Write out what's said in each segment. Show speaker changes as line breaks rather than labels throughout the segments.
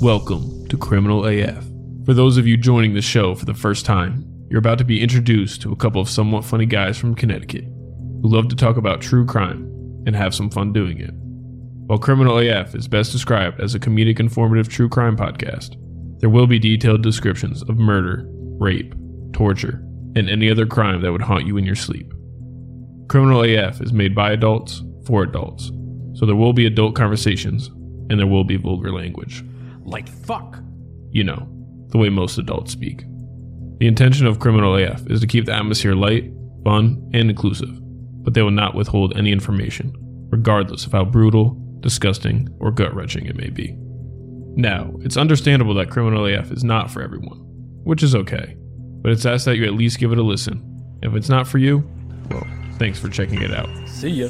Welcome to Criminal AF. For those of you joining the show for the first time, you're about to be introduced to a couple of somewhat funny guys from Connecticut who love to talk about true crime and have some fun doing it. While Criminal AF is best described as a comedic informative true crime podcast, there will be detailed descriptions of murder, rape, torture, and any other crime that would haunt you in your sleep. Criminal AF is made by adults for adults, so there will be adult conversations and there will be vulgar language.
Like fuck.
You know, the way most adults speak. The intention of Criminal AF is to keep the atmosphere light, fun, and inclusive, but they will not withhold any information, regardless of how brutal, disgusting, or gut wrenching it may be. Now, it's understandable that Criminal AF is not for everyone, which is okay, but it's asked that you at least give it a listen. If it's not for you, well, thanks for checking it out.
See ya.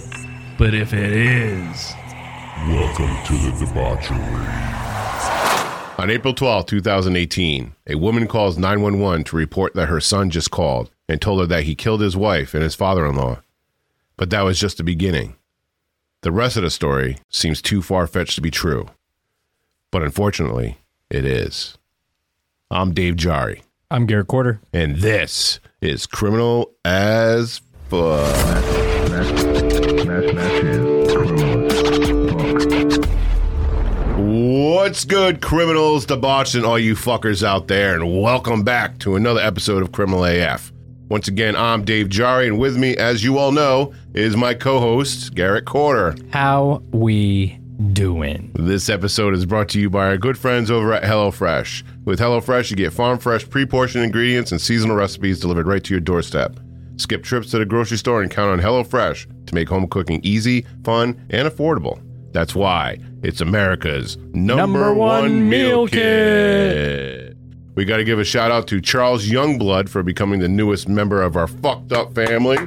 But if it is,
Welcome to the debauchery.
On April 12, 2018, a woman calls 911 to report that her son just called and told her that he killed his wife and his father in law. But that was just the beginning. The rest of the story seems too far fetched to be true. But unfortunately, it is. I'm Dave Jari,
I'm Garrett Quarter.
and this is Criminal as Fuck. What's good, criminals, debauched, and all you fuckers out there, and welcome back to another episode of Criminal AF. Once again, I'm Dave Jari, and with me, as you all know, is my co host, Garrett Corder.
How we doing?
This episode is brought to you by our good friends over at HelloFresh. With HelloFresh, you get farm fresh, pre portioned ingredients and seasonal recipes delivered right to your doorstep. Skip trips to the grocery store and count on HelloFresh to make home cooking easy, fun, and affordable. That's why it's America's number,
Number
one,
one
meal
meal
kit. We got to give a shout out to Charles Youngblood for becoming the newest member of our fucked up family.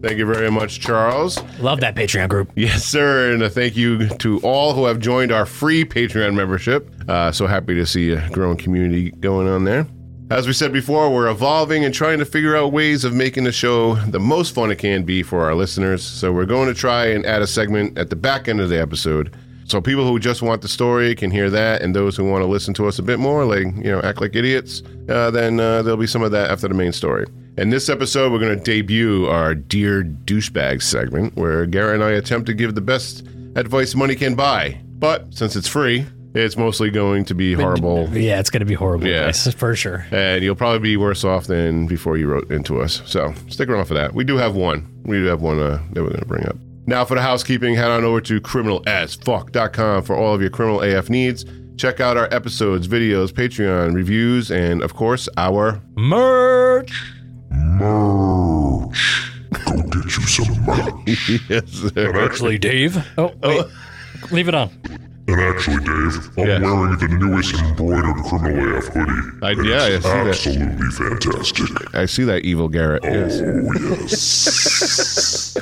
Thank you very much, Charles.
Love that Patreon group.
Yes, sir. And a thank you to all who have joined our free Patreon membership. Uh, so happy to see a growing community going on there. As we said before, we're evolving and trying to figure out ways of making the show the most fun it can be for our listeners. So we're going to try and add a segment at the back end of the episode. So people who just want the story can hear that, and those who want to listen to us a bit more, like you know, act like idiots, uh, then uh, there'll be some of that after the main story. In this episode, we're going to debut our Dear Douchebag segment, where Garrett and I attempt to give the best advice money can buy. But since it's free, it's mostly going to be horrible,
Yeah, it's gonna be horrible.
Yeah.
Yes, for sure.
and you'll probably be worse off than before you wrote into us. So stick around for that. We do have one. We do have one uh, that we're going to bring up. Now for the housekeeping, head on over to criminalasfuck.com for all of your criminal AF needs. Check out our episodes, videos, Patreon, reviews, and of course, our
Merch.
Merch. Go get you some merch.
yes, sir.
Actually, Dave. Oh, wait. leave it on.
And actually, Dave, I'm
Yeah.
wearing the newest embroidered Criminal AF hoodie.
I-
and
yeah, I see
it's
that.
absolutely fantastic.
I see that evil Garrett. Yes.
Oh, yes.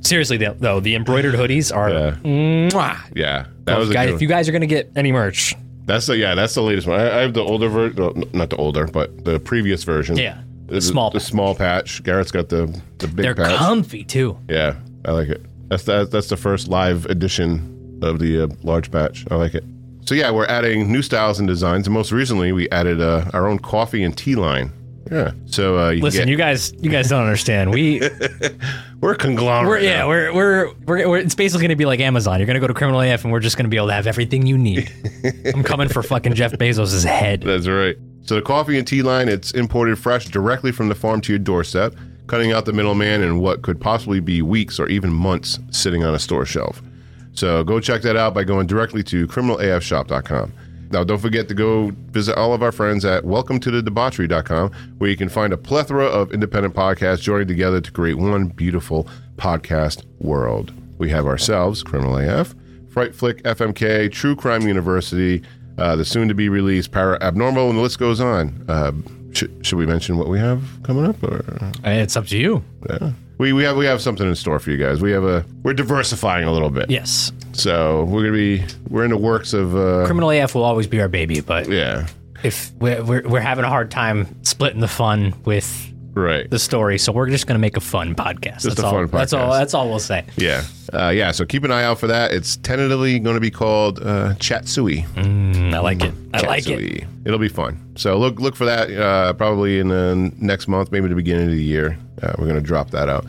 Seriously though, though the embroidered hoodies are.
Yeah.
Mwah.
Uh, Yeah, that was a
Guys,
good
if
one.
you guys are gonna get any merch,
That's the yeah, that's the latest one. I, I have the older version, not the older, but the previous version.
Yeah, the
the
small
the
patch.
small patch. Garrett's got the the big
they're
patch.
comfy too.
Yeah, I like it. That's the, that's the first live edition of the uh, large patch. I like it. So yeah, we're adding new styles and designs, and most recently we added uh, our own coffee and tea line. Yeah. So uh, you can
Listen,
get-
you guys, you guys don't understand. We
we're a conglomerate.
We're, yeah,
now.
we're, we're we're we're it's basically gonna be like Amazon. You're gonna go to Criminal AF, and we're just gonna be able to have everything you need. I'm coming for fucking Jeff Bezos' head.
That's right. So the coffee and tea line, it's imported fresh directly from the farm to your doorstep, cutting out the middleman in what could possibly be weeks or even months sitting on a store shelf. So go check that out by going directly to criminalafshop.com. Now, don't forget to go visit all of our friends at welcometodethedebauchery.com, where you can find a plethora of independent podcasts joining together to create one beautiful podcast world. We have ourselves, Criminal AF, Fright Flick, FMK, True Crime University, uh, the soon to be released Para Abnormal, and the list goes on. Uh, sh- should we mention what we have coming up? Or
Uh, It's up to you.
we, we have we have something in store for you guys. We have a we're diversifying a little bit.
Yes,
So we're gonna be we're in the works of uh,
Criminal AF will always be our baby, but
yeah
if we're, we're we're having a hard time splitting the fun with
right
the story, so we're just gonna make a fun podcast. that's
a
all.
fun
That's all.
podcast.
That's all we'll say.
yeah uh, yeah. So keep an eye out for that. It's tentatively going to be called uh, Chatsui.
Mm, I like it. I like it.
Katzooie. It'll be fun. So look look for that uh, probably in the next month, maybe the beginning of the year. Uh, we're going to drop that out.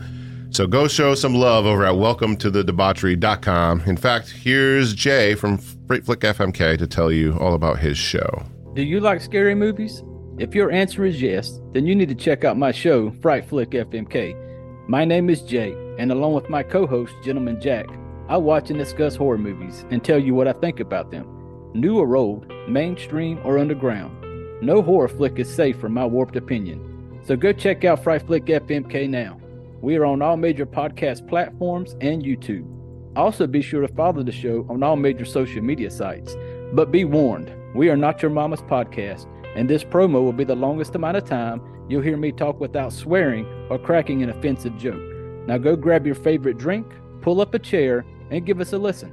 So go show some love over at welcome to the debauchery.com. In fact, here's Jay from Freight Flick FMK to tell you all about his show.
Do you like scary movies? If your answer is yes, then you need to check out my show, Fright Flick FMK. My name is Jay, and along with my co host, Gentleman Jack, I watch and discuss horror movies and tell you what I think about them, new or old, mainstream or underground. No horror flick is safe from my warped opinion. So go check out Fright Flick FMK now. We are on all major podcast platforms and YouTube. Also, be sure to follow the show on all major social media sites. But be warned, we are not your mama's podcast, and this promo will be the longest amount of time you'll hear me talk without swearing or cracking an offensive joke. Now go grab your favorite drink, pull up a chair, and give us a listen.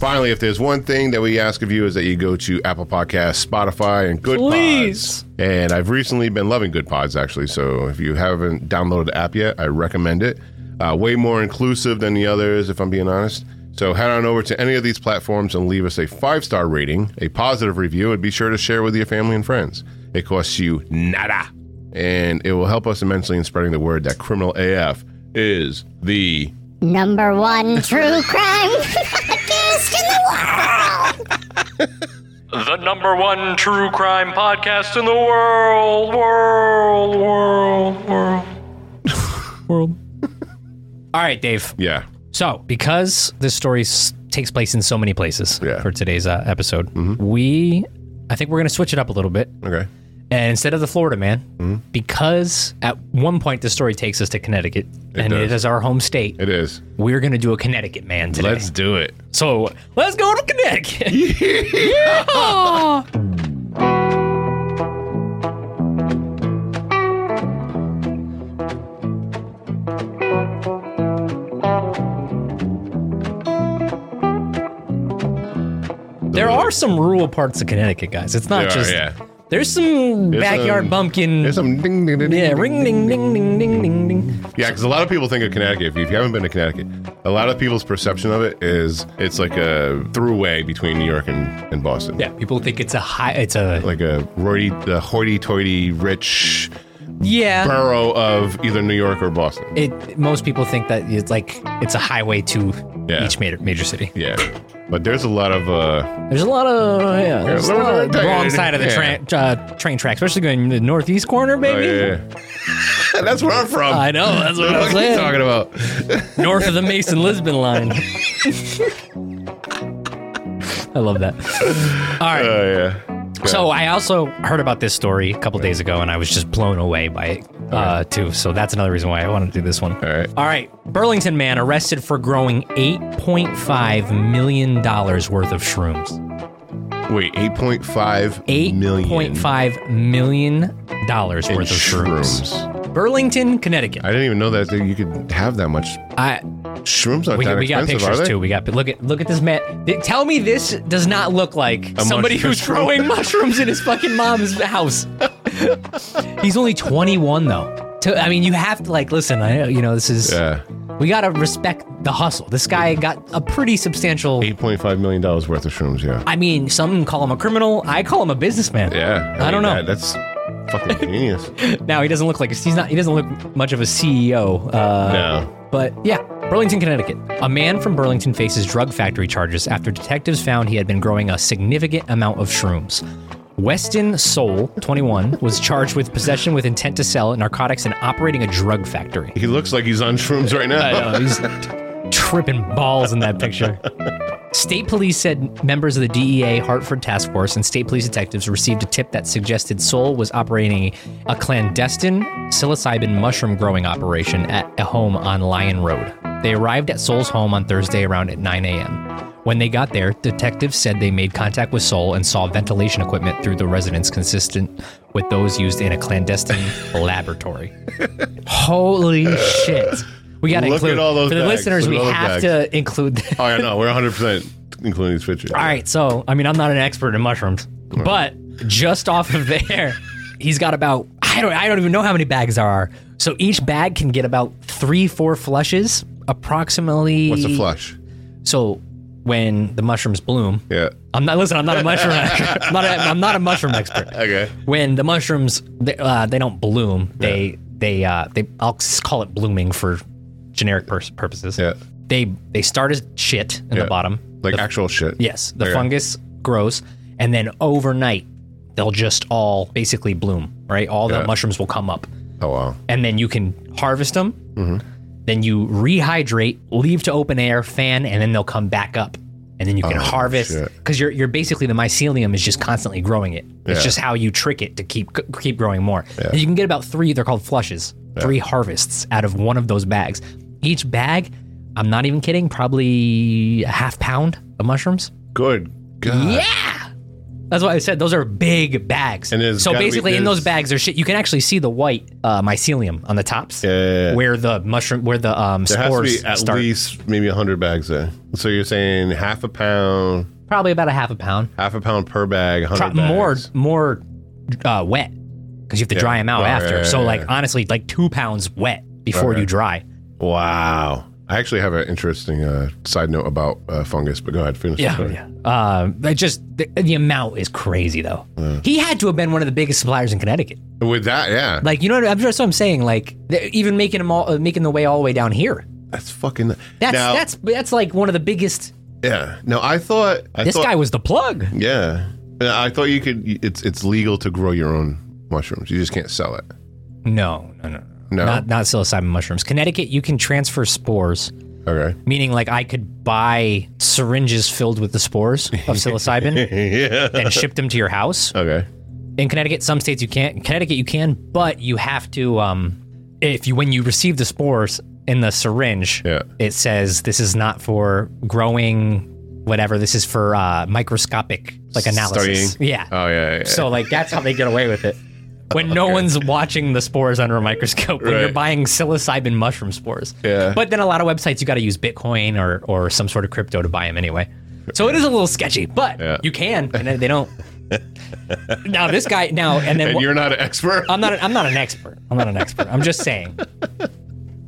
Finally, if there's one thing that we ask of you is that you go to Apple Podcasts, Spotify, and Good
Please.
Pods. And I've recently been loving Good Pods actually. So if you haven't downloaded the app yet, I recommend it. Uh, way more inclusive than the others, if I'm being honest. So head on over to any of these platforms and leave us a five star rating, a positive review, and be sure to share with your family and friends. It costs you nada, and it will help us immensely in spreading the word that Criminal AF is the
Number one true crime podcast in the world.
The number one true crime podcast in the world, world, world, world.
All right, Dave.
yeah.
So, because this story s- takes place in so many places
Yeah. Mm-hmm.
for today's uh, episode, we, I think we're going to switch it up a little bit.
Okay.
And instead of the Florida man,
Mm-hmm.
because at one point the story takes us to Connecticut, and
does.
it is our home state,
It is.
we're going to do a Connecticut man today.
Let's do it.
so, let's go to Connecticut. Yeah! There are some rural parts of Connecticut, guys. It's not
There are,
just
yeah.
there's some backyard
some-
bumpkin.
There's some ding ding ding.
yeah, ring ding ding ding ding ding ding.
Yeah, because a lot of people think of Connecticut. If you if you haven't been to Connecticut, a lot of people's perception of it is it's like a throughway between New York and, and Boston.
Yeah, people think it's a high. It's a
Like a roity, the hoity-toity rich
yeah.
borough of either New York or Boston.
It most people think that it's like it's a highway to
Yeah.
each major major city.
Yeah, but there's a lot of uh,
There's a lot of yeah, there's a
little
lot of
bit of
wrong
tight.
side of the
Yeah.
tra- uh, train track, especially going in the northeast corner,
oh,
baby.
yeah, yeah. that's where I'm from.
I know that's what
What
I'm
are you
saying.
talking about?
North of the Mason Lisbon line. I love that. All right.
Oh yeah.
So I also heard about this story a couple days ago, and I was just blown away by it uh, too. So that's another reason why I wanted to do this one.
All right.
All right, Burlington man arrested for growing 8.5 million dollars worth of shrooms.
Wait, eight point five million.
8.5 million dollars
in
worth of shrooms. Burlington, Connecticut.
I didn't even know that you could have that much.
I,
Shrooms aren't
we,
that
we got
expensive, are
pictures
they?
too. We got look at look at this man. Th- Tell me this does not look like
A
somebody
mushroom.
who's growing mushrooms in his fucking mom's house. He's only 21 though. To, I mean, you have to like listen. I know you know this is
Yeah.
we gotta respect the hustle. This guy got a pretty substantial.
Eight point five million dollars worth of shrooms. Yeah.
I mean, some call him a criminal. I call him a businessman.
Yeah.
I don't know.
that- that's fucking genius.
Now he doesn't look like he's not. He doesn't look much of a CEO. Uh,
no.
But yeah, Burlington, Connecticut. A man from Burlington faces drug factory charges after detectives found he had been growing a significant amount of shrooms. Weston Soul, 21, was charged with possession with intent to sell narcotics and operating a drug factory.
He looks like he's on shrooms right now.
I know. He's tripping balls in that picture. State police said members of the DEA Hartford Task Force and state police detectives received a tip that suggested Soul was operating a clandestine psilocybin mushroom growing operation at a home on Lion Road. They arrived at Soul's home on Thursday around at 9 a.m. When they got there, detectives said they made contact with Soul and saw ventilation equipment through the residence consistent with those used in a clandestine laboratory. Holy shit. We got to
Look
include
at all those
for the
bags.
listeners.
Look
We
at all those
have to include. That.
Oh yeah, no, we're 100 percent including these pictures.
All right, so I mean, I'm not an expert in mushrooms, but just off of there, he's got about I don't I don't even know how many bags there are. So each bag can get about three four flushes, approximately.
What's a flush?
So when the mushrooms bloom,
Yeah.
a I'm not. Listen, I'm not a mushroom. expert. I'm not. A, I'm not a mushroom expert.
Okay.
When the mushrooms, they, uh, they don't bloom. They they uh they. I'll s- call it blooming for generic pers- purposes.
Yeah.
They they start as shit in
Yeah.
the bottom.
Like
The-
actual shit.
Yes, the
Okay.
fungus grows, and then overnight, they'll just all basically bloom. Right, all the
Yeah.
mushrooms will come up,
Oh wow.
and then you can harvest them.
Mm-hmm.
Then you rehydrate, leave to open air, fan, and then they'll come back up, and then you can
Oh,
harvest
shit.
because you're you're basically the mycelium is just constantly growing it. It's
Yeah.
just how you trick it to keep keep growing more. And you can get about three. They're called flushes. Three harvests out of one of those bags. Each bag, I'm not even kidding, probably a half pound of mushrooms.
Good. God.
Yeah. That's why I said those are big bags.
And there's
so
gotta be-
basically, in those
there's-
bags, there's shit. You can actually see the white uh, mycelium on the tops,
Yeah, yeah, yeah.
where the mushroom, where the um,
There has to
spores
be at
start.
least maybe hundred bags there. So you're saying half a pound,
Probably about a half a pound,
half a pound per bag,
Pro-
hundred
more, more uh, wet, because you have to dry them out
Oh, yeah,
after.
yeah,
so
yeah,
like
yeah.
honestly, like two pounds wet before
Right.
you dry.
Wow. I actually have an interesting uh, side note about uh, fungus, but go ahead, finish. the story.
Uh, that just the, the amount is crazy though. He had to have been one of the biggest suppliers in Connecticut.
With that, yeah,
Like you know, what, I'm just what I'm saying. Like they're even making them all, uh, making the way all the way down here.
that's fucking.
That's
now,
that's that's like one of the biggest.
yeah. No, I thought I
this
thought,
guy was the plug.
Yeah, I thought you could. It's it's legal to grow your own mushrooms. You just can't sell it.
No, no, no,
No.
Not not psilocybin mushrooms. Connecticut, you can transfer spores,
Okay.
meaning like I could buy syringes filled with the spores of psilocybin
yeah.
and ship them to your house.
Okay.
In Connecticut, some states you can't. In Connecticut, you can, but you have to. Um, if you when you receive the spores in the syringe,
Yeah.
it says this is not for growing. Whatever this is for uh, microscopic like analysis.
Studying.
Yeah.
Oh yeah. yeah.
So like that's how they get away with it. When no one's watching the spores under a microscope, when you're
Right.
buying psilocybin mushroom spores.
Yeah.
But then a lot of websites you got to use Bitcoin or or some sort of crypto to buy them anyway. So it is a little sketchy, but
Yeah.
you can, and then they don't. now this guy now and then
and
wha-
you're not an expert.
I'm not I'm not an expert. I'm not an expert. I'm just saying.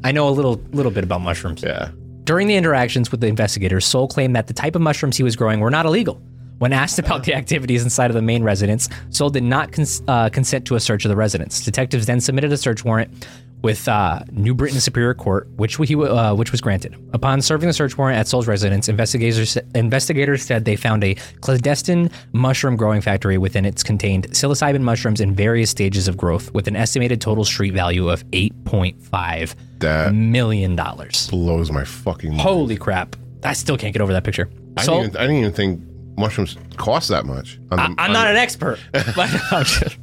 I know a little little bit about mushrooms.
yeah.
During the interactions with the investigators, Soul claimed that the type of mushrooms he was growing were not illegal. When asked about the activities inside of the main residence, Soul did not cons- uh, consent to a search of the residence. Detectives then submitted a search warrant with uh, New Britain Superior Court, which he wa- uh, which was granted. Upon serving the search warrant at Soul's residence, investigators investigators said they found a clandestine mushroom growing factory within its contained psilocybin mushrooms in various stages of growth, with an estimated total street value of eight point five
That
Mm. million dollars.
blows my fucking. Mind.
Holy crap. I still can't get over that picture.
I,
So,
didn't even, I didn't even think mushrooms cost that much. On the-
I, I'm
on-
not an expert. But I'm just-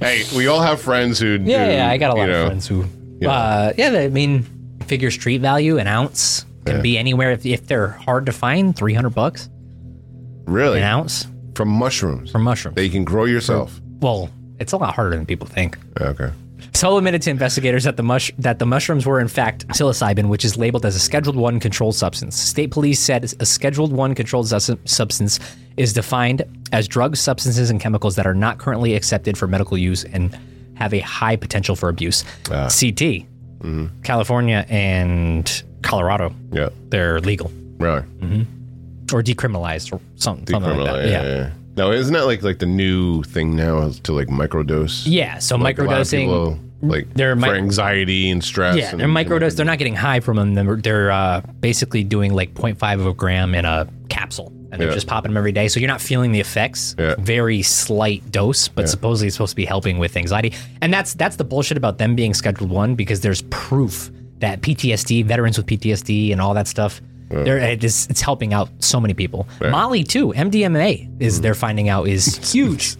Hey, we all have friends who.
yeah,
do,
yeah, I got a
you
lot
know,
of friends who. Uh, yeah, they- I mean, figure street value, an ounce can be anywhere if, if they're hard to find, 300 bucks
Really,
an ounce
from mushrooms
for mushrooms.
that you can grow yourself.
well, it's a lot harder than people think.
Okay.
Sol admitted to investigators that the mush that the mushrooms were in fact psilocybin, which is labeled as a Scheduled One controlled substance. State police said a Scheduled One controlled sus- substance is defined as drugs, substances, and chemicals that are not currently accepted for medical use and have a high potential for abuse.
Ah.
CT,
Mm-hmm.
California and Colorado,
Yeah.
they're legal
Really.
or decriminalized or something, something like
Criminal,
that.
yeah, yeah, yeah. No, isn't that like like the new thing now is to like microdose?
Yeah, so
Like, a lot of
microdosing.
people, like
they're
for
mic-
anxiety and stress.
Yeah,
and-
they're microdose. They're not getting high from them. They're, they're uh, basically doing like 0.5 of a gram in a capsule, and they're
Yeah.
just popping them every day. So you're not feeling the effects.
Yeah.
Very slight dose, but supposedly it's supposed to be helping with anxiety. And that's that's the bullshit about them being scheduled one because there's proof that PTSD, veterans with PTSD, and all that stuff. They're, it's, it's helping out so many people. Molly too. MDMA
Mm.
is they're finding out is huge.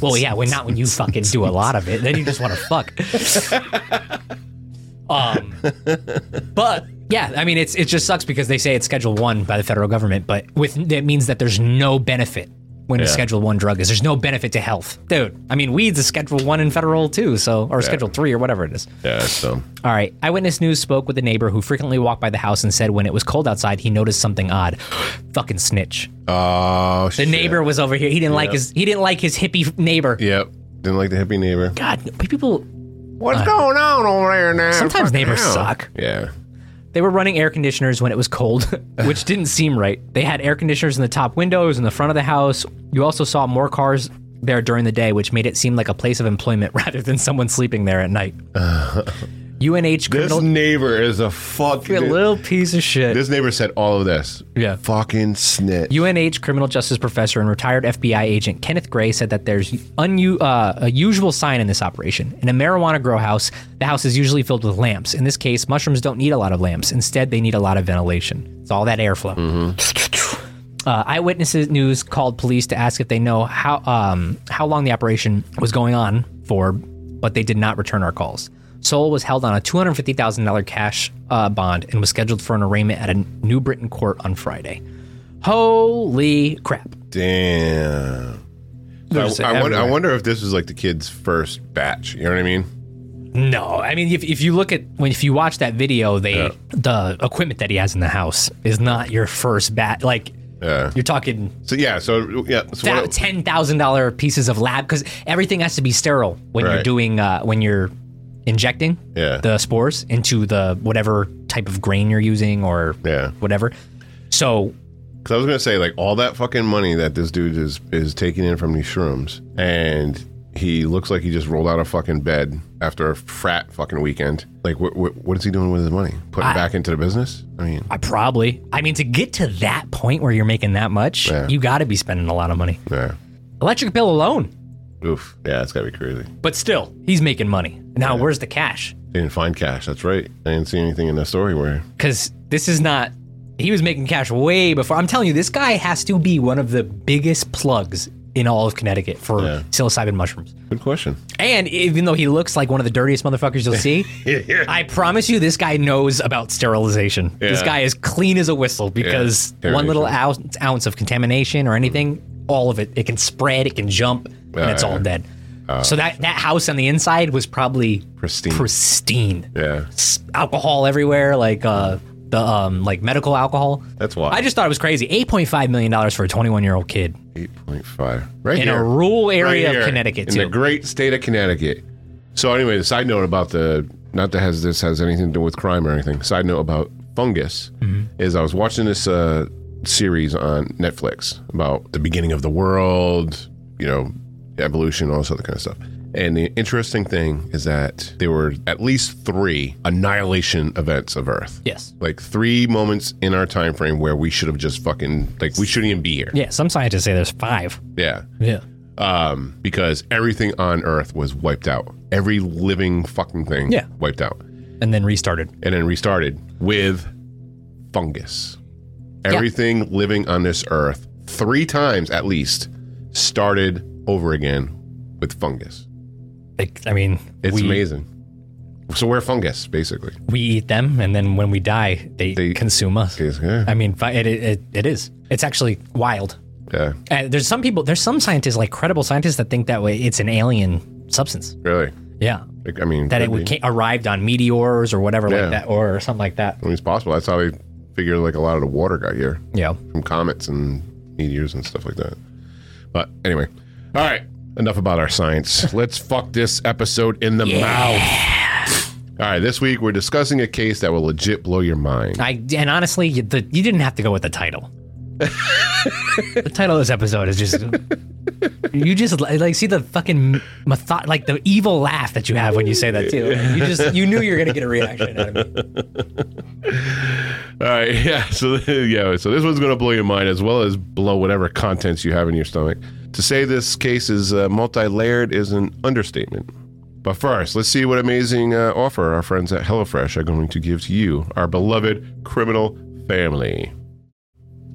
well, yeah, when not when you fucking do a lot of it, then you just want to fuck. Um, but yeah, I mean, it's it just sucks because they say it's Schedule One by the federal government, but with that means that there's no benefit when a Schedule One drug is. There's no benefit to health, dude. I mean, weed's a Schedule One in federal too, so or Schedule Three or whatever it is.
Yeah, so
All right. Eyewitness News spoke with a neighbor who frequently walked by the house and said when it was cold outside, he noticed something odd. Fucking snitch.
oh,
The neighbor was over here. He didn't like his he didn't like his hippie neighbor.
Yep, didn't like the hippie neighbor.
God, people
What's going on over there now?
Uh, sometimes
Fucking
neighbors
hell.
suck.
Yeah,
They were running air conditioners when it was cold, which didn't seem right. They had air conditioners in the top windows in the front of the house. You also saw more cars there during the day, which made it seem like a place of employment rather than someone sleeping there at night. UNH
This
criminal
neighbor is a fucking.
a little piece of shit.
This neighbor said all of this.
Yeah.
Fucking snitch.
UNH criminal justice professor and retired FBI agent Kenneth Gray said that there's unu- uh, a usual sign in this operation. In a marijuana grow house, the house is usually filled with lamps. In this case, mushrooms don't need a lot of lamps. Instead, they need a lot of ventilation. It's all that airflow. Uh, eyewitnesses news called police to ask if they know how um, how long the operation was going on for, but they did not return our calls. Soul was held on a two hundred fifty thousand dollar cash uh, bond and was scheduled for an arraignment at a New Britain court on Friday. Holy crap!
Damn. I,
There's
I, wonder, I
everywhere.
wonder if this was like the kid's first batch. You know what I mean?
No, I mean if, if you look at when if you watch that video, they the equipment that he has in the house is not your first bat. Like
Yeah.
you're talking
So yeah. So yeah. So
thou-
what-
ten thousand dollar pieces of lab because everything has to be sterile when you're
Right.
doing uh, when you're injecting
Yeah.
the spores into the whatever type of grain you're using or
Yeah.
whatever. So
Because I was gonna say, like, all that fucking money that this dude is is taking in from these shrooms, and he looks like he just rolled out of fucking bed after a frat fucking weekend. Like, what what, what is he doing with his money? Putting it back into the business? I mean,
I probably I mean to get to that point where you're making that much,
Yeah.
you got to be spending a lot of money.
yeah.
Electric bill alone,
Oof. Yeah, it's gotta be crazy.
but still he's making money. Now where's the cash?
They didn't find cash. That's right. I didn't see anything in that story where.
because this is not he was making cash way before i'm telling you this guy has to be one of the biggest plugs in all of connecticut for
Yeah.
psilocybin mushrooms
Good question.
and even though he looks like one of the dirtiest motherfuckers you'll see i promise you this guy knows about sterilization this
Yeah.
guy is clean as a whistle because one little ounce, ounce of contamination or anything all of it it can spread it can jump and it's
Yeah. Uh,
all dead so that, that house on the inside was probably
Pristine.
pristine
yeah.
s- alcohol everywhere, like uh, the um, like medical alcohol.
That's why.
I just thought it was crazy. Eight point five million dollars for a twenty one year old kid
Eight point five. Right
in
here.
a rural area
Right here,
of Connecticut
in
too.
the great state of Connecticut. So anyway, the side note about the not that has this has anything to do with crime or anything. Side note about fungus
Mm-hmm.
is I was watching this uh, series on Netflix about the beginning of the world, you know, evolution, all this other kind of stuff. And the interesting thing is that there were at least three annihilation events of Earth.
yes.
Like three moments in our time frame where we should have just fucking like we shouldn't even be here.
Yeah. Some scientists say there's five.
yeah
Yeah.
um, because everything on Earth was wiped out. Every living fucking thing
Yeah.
wiped out
And then restarted.
and then restarted with fungus. Everything living on this Earth, three times at least, started over again with fungus.
Like, I mean,
It's
we
amazing. So we're fungus, basically.
we eat them, and then when we die, they,
They-
consume us.
It's- yeah,
I mean, fi- it, it, it, it is. It's actually wild.
yeah,
And there's some people, there's some scientists, like credible scientists, that think that way it's an alien substance.
really.
Yeah.
Like, I mean,
That
could
it would
be.
ca- arrived on meteors or whatever
Yeah.
like that, or something like that.
I mean, it's possible. That's how we figure like a lot of the water got here.
Yeah.
from comets and meteors and stuff like that. But anyway, all right, enough about our science. Let's fuck this episode in the mouth. All right, this week we're discussing a case that will legit blow your mind.
I and honestly, you, the, you didn't have to go with the title. the title of this episode is just you just li- like see the fucking method, like the evil laugh that you have when you say that too. You just you knew you were gonna get a reaction out of me.
All right, yeah. So yeah, so this one's gonna blow your mind as well as blow whatever contents you have in your stomach. To say this case is uh, multi-layered is an understatement. But first, let's see what amazing uh, offer our friends at HelloFresh are going to give to you, our beloved criminal family.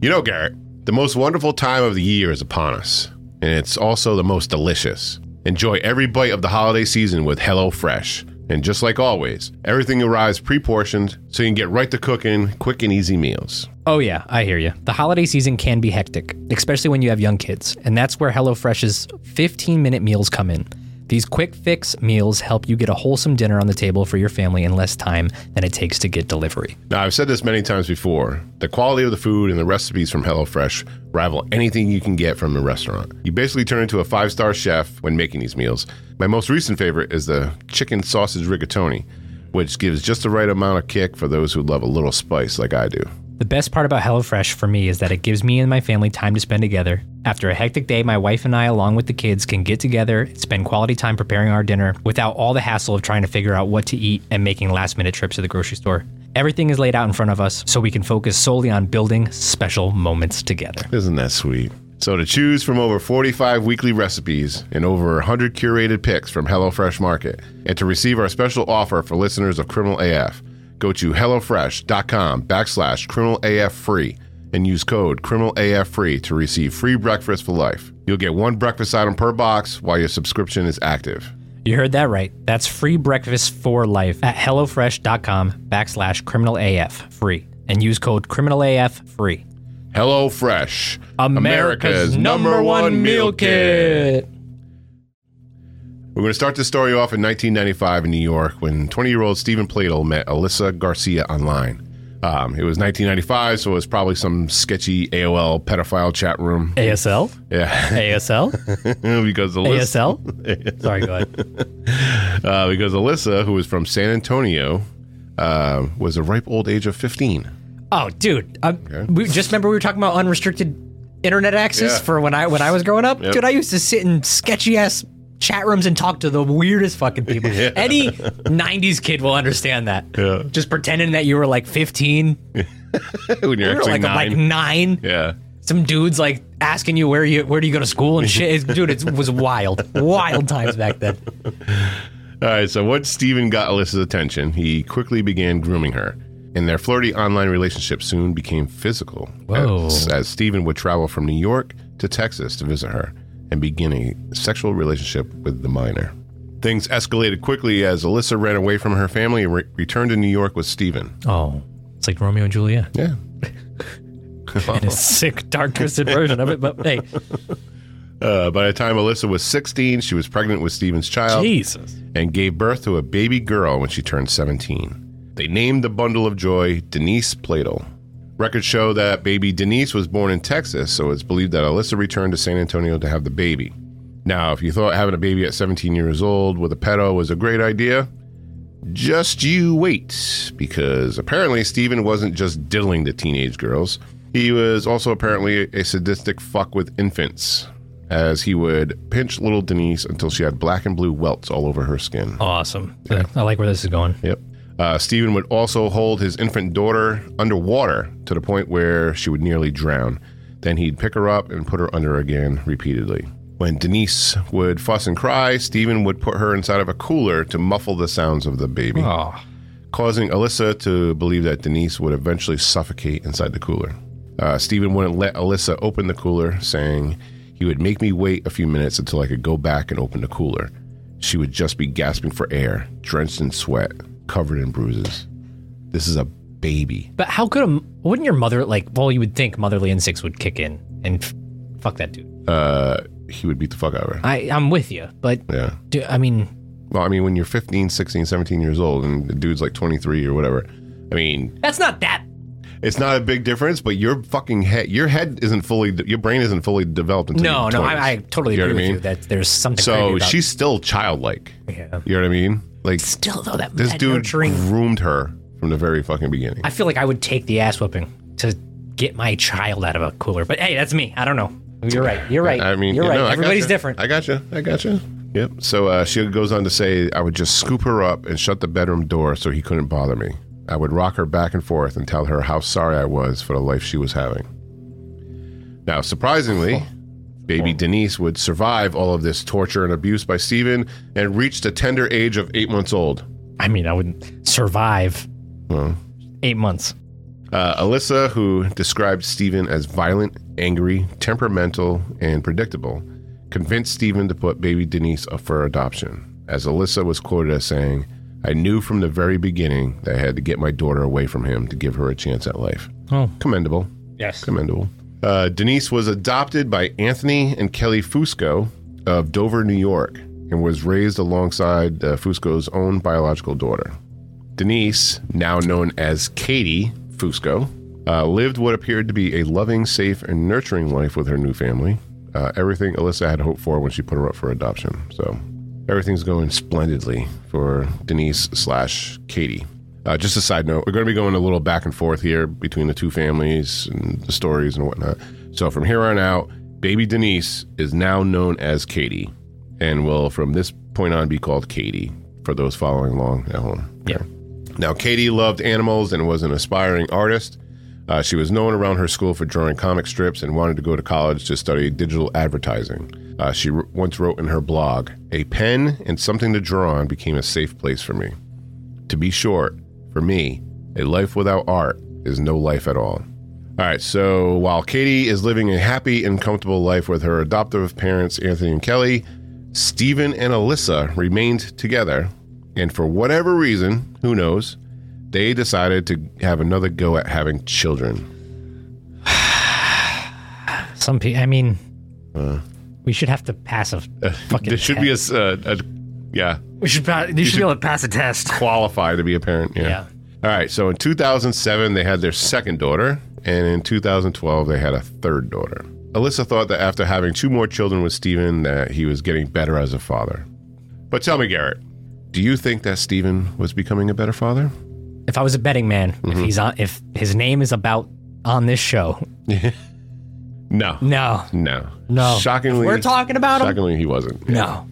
You know, Garrett, the most wonderful time of the year is upon us, and it's also the most delicious. Enjoy every bite of the holiday season with HelloFresh. And just like always, everything arrives pre portioned so you can get right to cooking quick and easy meals.
Oh yeah, I hear you. The holiday season can be hectic, especially when you have young kids, and that's where HelloFresh's 15-minute meals come in. These quick fix meals help you get a wholesome dinner on the table for your family in less time than it takes to get delivery.
Now, I've said this many times before the quality of the food and the recipes from HelloFresh rival anything you can get from a restaurant. You basically turn into a five star chef when making these meals. My most recent favorite is the chicken sausage rigatoni. which gives just the right amount of kick for those who love a little spice like I do.
The best part about HelloFresh for me is that it gives me and my family time to spend together. After a hectic day, my wife and I, along with the kids, can get together and spend quality time preparing our dinner without all the hassle of trying to figure out what to eat and making last minute trips to the grocery store. Everything is laid out in front of us so we can focus solely on building special moments together.
Isn't that sweet? So to choose from over 45 weekly recipes and over 100 curated picks from HelloFresh Market, and to receive our special offer for listeners of Criminal AF, go to hellofresh.com backslash Criminal AF free and use code Criminal AF free to receive free breakfast for life. You'll get one breakfast item per box while your subscription is active.
You heard that right. That's free breakfast for life at HelloFresh.com backslash criminal AF free and use code criminal AF free.
HelloFresh, We're going to start this story off in 1995 in New York when 20 year old Stephen Plato met Alyssa Garcia online. Um, it was 1995, so it was probably some sketchy AOL pedophile chat room.
ASL?
Yeah,
ASL?
because Alyssa,
ASL? Sorry, go ahead.
uh, because Alyssa, who was from San Antonio, uh, was a ripe old age of 15.
Oh, dude. Um, we, just remember we were talking about unrestricted internet access
Yeah.
for when I when I was growing up. Dude, I used to sit in sketchy ass chat rooms and talk to the weirdest fucking people. Any 90s kid will understand that.
Yeah.
Just pretending that you were like 15
when you're
or
actually
like
nine.
like 9.
yeah.
Some dudes like asking you where you where do you go to school and shit. It's- Dude, it was wild. Wild times back then.
All right, so once Steven got Alyssa's attention, he quickly began grooming her. And their flirty online relationship soon became physical.
Whoa.
As, as Steven would travel from New York to Texas to visit her and begin a sexual relationship with the minor. Things escalated quickly as Alyssa ran away from her family and re- returned to New York with Steven.
Oh. It's like Romeo and Juliet.
Yeah.
In a sick, dark, twisted version of it, but hey,
Uh, by the time Alyssa was 16, she was pregnant with Steven's child.
Jesus.
and gave birth to a baby girl when she turned 17. They named the bundle of joy Denise Plato. Records show that baby Denise was born in Texas, so it's believed that Alyssa returned to San Antonio to have the baby. Now, if you thought having a baby at 17 years old with a pedo was a great idea, just you wait, because apparently Steven wasn't just diddling the teenage girls. He was also apparently a sadistic fuck with infants, as he would pinch little Denise until she had black and blue welts all over her skin.
Awesome. I like where this is going.
Yep. Uh, Stephen would also hold his infant daughter underwater to the point where she would nearly drown. Then he'd pick her up and put her under again repeatedly. When Denise would fuss and cry, Stephen would put her inside of a cooler to muffle the sounds of the baby, causing Alyssa to believe that Denise would eventually suffocate inside the cooler. Uh, Stephen wouldn't let Alyssa open the cooler, saying he would make me wait a few minutes until I could go back and open the cooler. She would just be gasping for air, drenched in sweat, covered in bruises. This is a baby.
But how could a wouldn't your mother like? Well, you would think motherly instincts would kick in and f- fuck that dude.
Uh, he would beat the fuck out of her.
I I'm with you, but
Yeah.
do, I mean
Well, I mean, when you're 15, 16, 17 years old and the dude's like 23 or whatever, I mean,
that's not that.
it's not a big difference, but your fucking head, your head isn't fully, your brain isn't fully developed until
No,
your
no, I, I
20s.
totally
You know
agree
what I
with you
mean?
that there's something. creepy
So
about-
she's still childlike.
Yeah.
You know what I mean? Like,
still though that
this
that
dude
nurturing-
groomed her from the very fucking beginning.
I feel like I would take the ass whipping to get my child out of a cooler. But hey, that's me. I don't know. You're right. You're right.
I mean,
you're
you
right.
know, I
Everybody's
gotcha.
different.
I gotcha. I gotcha. Yep. So uh, she goes on to say, I would just scoop her up and shut the bedroom door so he couldn't bother me. I would rock her back and forth and tell her how sorry I was for the life she was having. Now, surprisingly, baby Denise would survive all of this torture and abuse by Steven and reach the tender age of eight months old.
I mean, I wouldn't survive
Well,
eight months.
Uh, Alyssa, who described Stephen as violent, angry, temperamental, and predictable, convinced Stephen to put baby Denise up for adoption. As Alyssa was quoted as saying, I knew from the very beginning that I had to get my daughter away from him to give her a chance at life.
Oh.
Commendable.
Yes.
Commendable. Uh, Denise was adopted by Anthony and Kelly Fusco of Dover, New York, and was raised alongside uh, Fusco's own biological daughter. Denise, now known as Katie Fusco, uh, lived what appeared to be a loving, safe, and nurturing life with her new family. Uh, everything Alyssa had hoped for when she put her up for adoption. So everything's going splendidly for Denise slash Katie. Uh, just a side note, we're going to be going a little back and forth here between the two families and the stories and whatnot. So from here on out, baby Denise is now known as Katie and will, from this point on, be called Katie for those following along at home.
Yeah.
Now, Katie loved animals and was an aspiring artist. Uh, she was known around her school for drawing comic strips and wanted to go to college to study digital advertising. Uh, she wr- once wrote in her blog, A pen and something to draw on became a safe place for me. To be short, for me, a life without art is no life at all. All right, so while Katie is living a happy and comfortable life with her adoptive parents, Anthony and Kelly, Stephen and Alyssa remained together. And for whatever reason, who knows, they decided to have another go at having children.
Some people, I mean, we should have to pass a fucking.
Uh. There should be a,
test.
s- uh, a- yeah,
We should. pa- You should be able to pass a test.
qualify to be a parent. Yeah.
Yeah.
All right. So in 2007, they had their second daughter, and in 2012, they had a third daughter. Alyssa thought that after having two more children with Steven, that he was getting better as a father. But tell me, Garrett, do you think that Steven was becoming a better father?
If I was a betting man, if
Mm-hmm.
he's on, if his name is about on this show,
No.
no,
No.
no.
Shockingly,
If we're talking about him.
Shockingly, he wasn't.
No.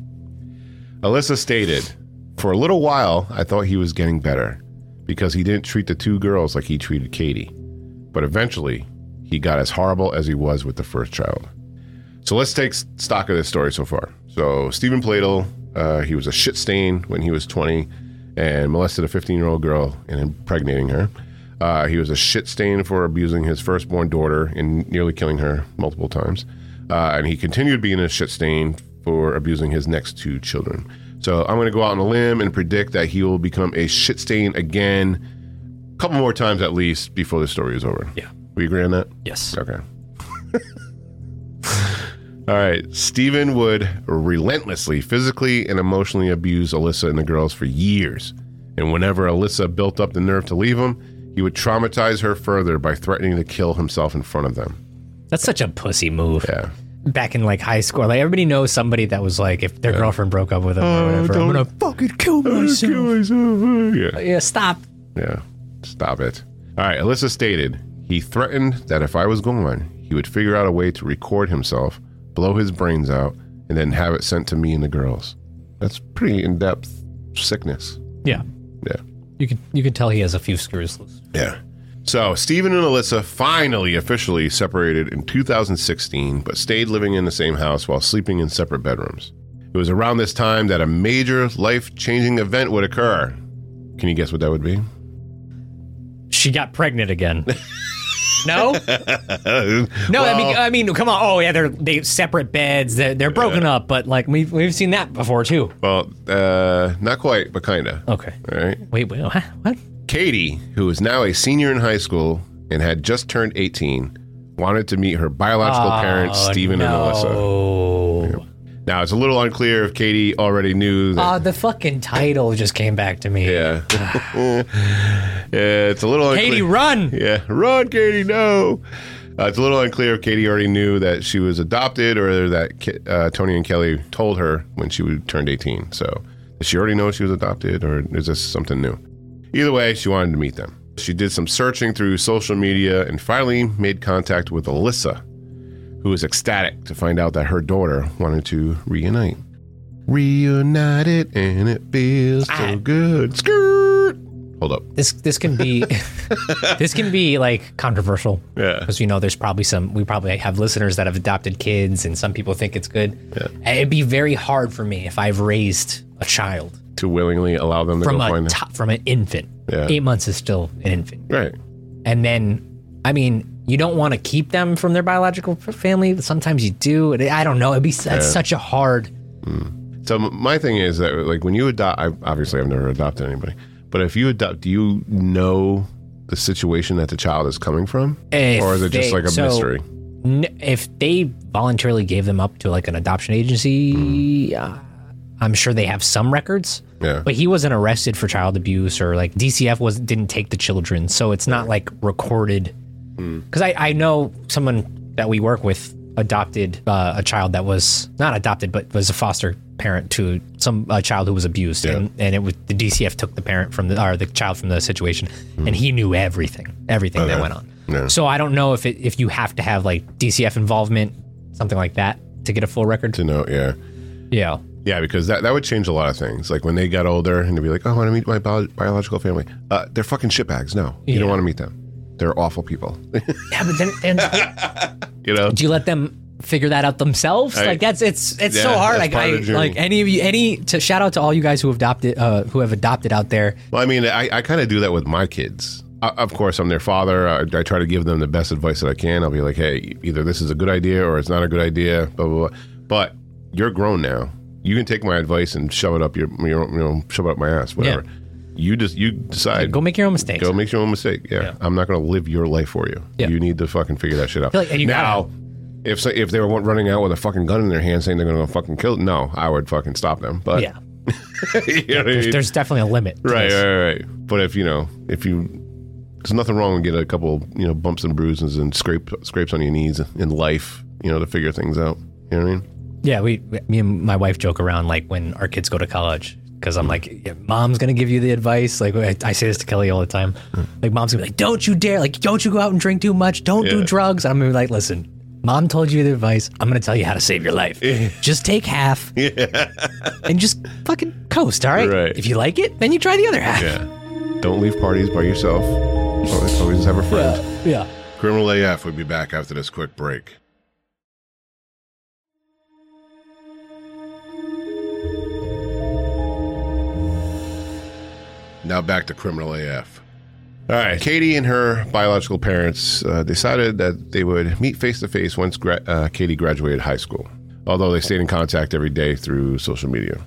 Alyssa stated, For a little while, I thought he was getting better because he didn't treat the two girls like he treated Katie. But eventually, he got as horrible as he was with the first child. So let's take s- stock of this story so far. So, Stephen Platel, uh, he was a shit stain when he was 20 and molested a 15 year old girl and impregnating her. Uh, he was a shit stain for abusing his firstborn daughter and nearly killing her multiple times. Uh, and he continued being a shit stain for abusing his next two children. So I'm going to go out on a limb and predict that he will become a shit stain again, a couple more times at least before the story is over.
Yeah.
We agree on that?
Yes.
Okay. All right. Steven would relentlessly, physically, and emotionally abuse Alyssa and the girls for years. And whenever Alyssa built up the nerve to leave him, he would traumatize her further by threatening to kill himself in front of them.
That's such a pussy move.
Yeah.
Back in like high school, like everybody knows somebody that was like, if their girlfriend broke up with them
Oh,
or whatever, I'm gonna fucking kill myself.
Yeah.
Yeah, stop.
Yeah. Stop it. All right. Alyssa stated he threatened that if I was gone, he would figure out a way to record himself, blow his brains out, and then have it sent to me and the girls. That's pretty in depth sickness.
Yeah,
Yeah.
you can you can tell he has a few screws loose.
Yeah. So Stephen and Alyssa finally officially separated in 2016, but stayed living in the same house while sleeping in separate bedrooms. It was around this time that a major life changing event would occur. Can you guess what that would be?
She got pregnant again. no,
no,
no. I mean, I mean, come on. Oh yeah, they're they separate beds. They're, they're broken up, but like we've we've seen that before too.
Well, uh, not quite, but kinda.
Okay.
All right.
Wait, wait, huh? what?
Katie, who is now a senior in high school and had just turned 18, wanted to meet her biological parents, Stephen and Alyssa.
Alyssa.
Now, it's a little unclear if Katie already knew that.
Ah, the fucking title just came back to me.
yeah. yeah. It's a little
Katie,
unclear.
run!
Yeah, run, Katie, no. Uh, it's a little unclear if Katie already knew that she was adopted or that Ki- uh, Tony and Kelly told her when she turned 18. So, does she already know she was adopted or is this something new? Either way, she wanted to meet them. She did some searching through social media and finally made contact with Alyssa, who was ecstatic to find out that her daughter wanted to reunite. Reunited and it feels
Ah.
so good. Skirt. Hold up.
This this can be this can be like controversial
Yeah.
because you know there's probably some we probably have listeners that have adopted kids and some people think it's good. And It'd be very hard for me if I've raised a child
To willingly allow them to
from
go find
a
them.
top, from an infant.
Yeah.
Eight months is still an infant,
Right.
and then I mean you don't want to keep them from their biological f- family. But sometimes you do. And I don't know. It'd be s it's such a hard.
So m- my thing is that like when you adopt, I, obviously I've never adopted anybody, but if you adopt, do you know the situation that the child is coming from,
If
or is it just
they-
like a
so-
mystery?
N- if they voluntarily gave them up to like an adoption agency,
Hmm.
uh, I'm sure they have some records.
Yeah.
But he wasn't arrested for child abuse or like DCF was didn't take the children, so it's not like recorded. Because I I know someone that we work with adopted uh, a child that was not adopted, but was a foster parent to some a child who was abused, and, and it was the DCF took the parent from the or the child from the situation, and he knew everything, everything that went on.
Yeah.
So I don't know if it if you have to have like DCF involvement, something like that, to get a full record.
to know, yeah.
Yeah,
Yeah, because that, that would change a lot of things. Like when they got older and they'd be like, oh, I want to meet my bio- biological family. Uh, they're fucking shitbags. No, you
Yeah.
don't want to meet them. They're awful people.
yeah, but then and
you know?
do you let them figure that out themselves?
I-
like that's it's it's so
Yeah,
hard. Like
that's part
I,
of the journey.
like any of you any to shout out to all you guys who have adopted uh, who have adopted out there.
Well, I mean, I, I kind of do that with my kids. I, of course, I'm their father. I, I try to give them the best advice that I can. I'll be like, hey, either this is a good idea or it's not a good idea, blah, blah, blah. But you're grown now. You can take my advice and shove it up your, your you know, shove it up my ass, whatever. You just, you decide.
Go make your own mistakes.
Go make your own mistake. Yeah. I'm not going to live your life for you.
Yeah.
You need to fucking figure that shit out.
feel like- and you
now,
gotta-
if so, if they were running out with a fucking gun in their hand saying they're going to fucking kill, no, I would fucking stop them. But
yeah,
you know what I mean?
there's, there's definitely a limit. to
right,
this.
right, right. But if you know, if you, there's nothing wrong with getting a couple, you know, bumps and bruises and scrape scrapes on your knees in life, you know, to figure things out. You know what I mean?
Yeah, we, we- me and my wife joke around like when our kids go to college because
Mm.
I'm like, yeah, mom's gonna give you the advice. Like I, I say this to Kelly all the time.
Mm.
Like mom's gonna be like, don't you dare, like don't you go out and drink too much, don't do
Yeah.
drugs. And I'm gonna be like, listen, mom told you the advice. I'm gonna tell you how to save your life. just take half and just fucking coast. All right?
Right.
If you like it, then you try the other half.
Yeah. Don't leave parties by yourself. Always, always have a friend.
yeah.
Criminal AF would be back after this quick break. Now back to Criminal AF. All right, Katie and her biological parents uh, decided that they would meet face to face once gra- uh, Katie graduated high school, although they stayed in contact every day through social media.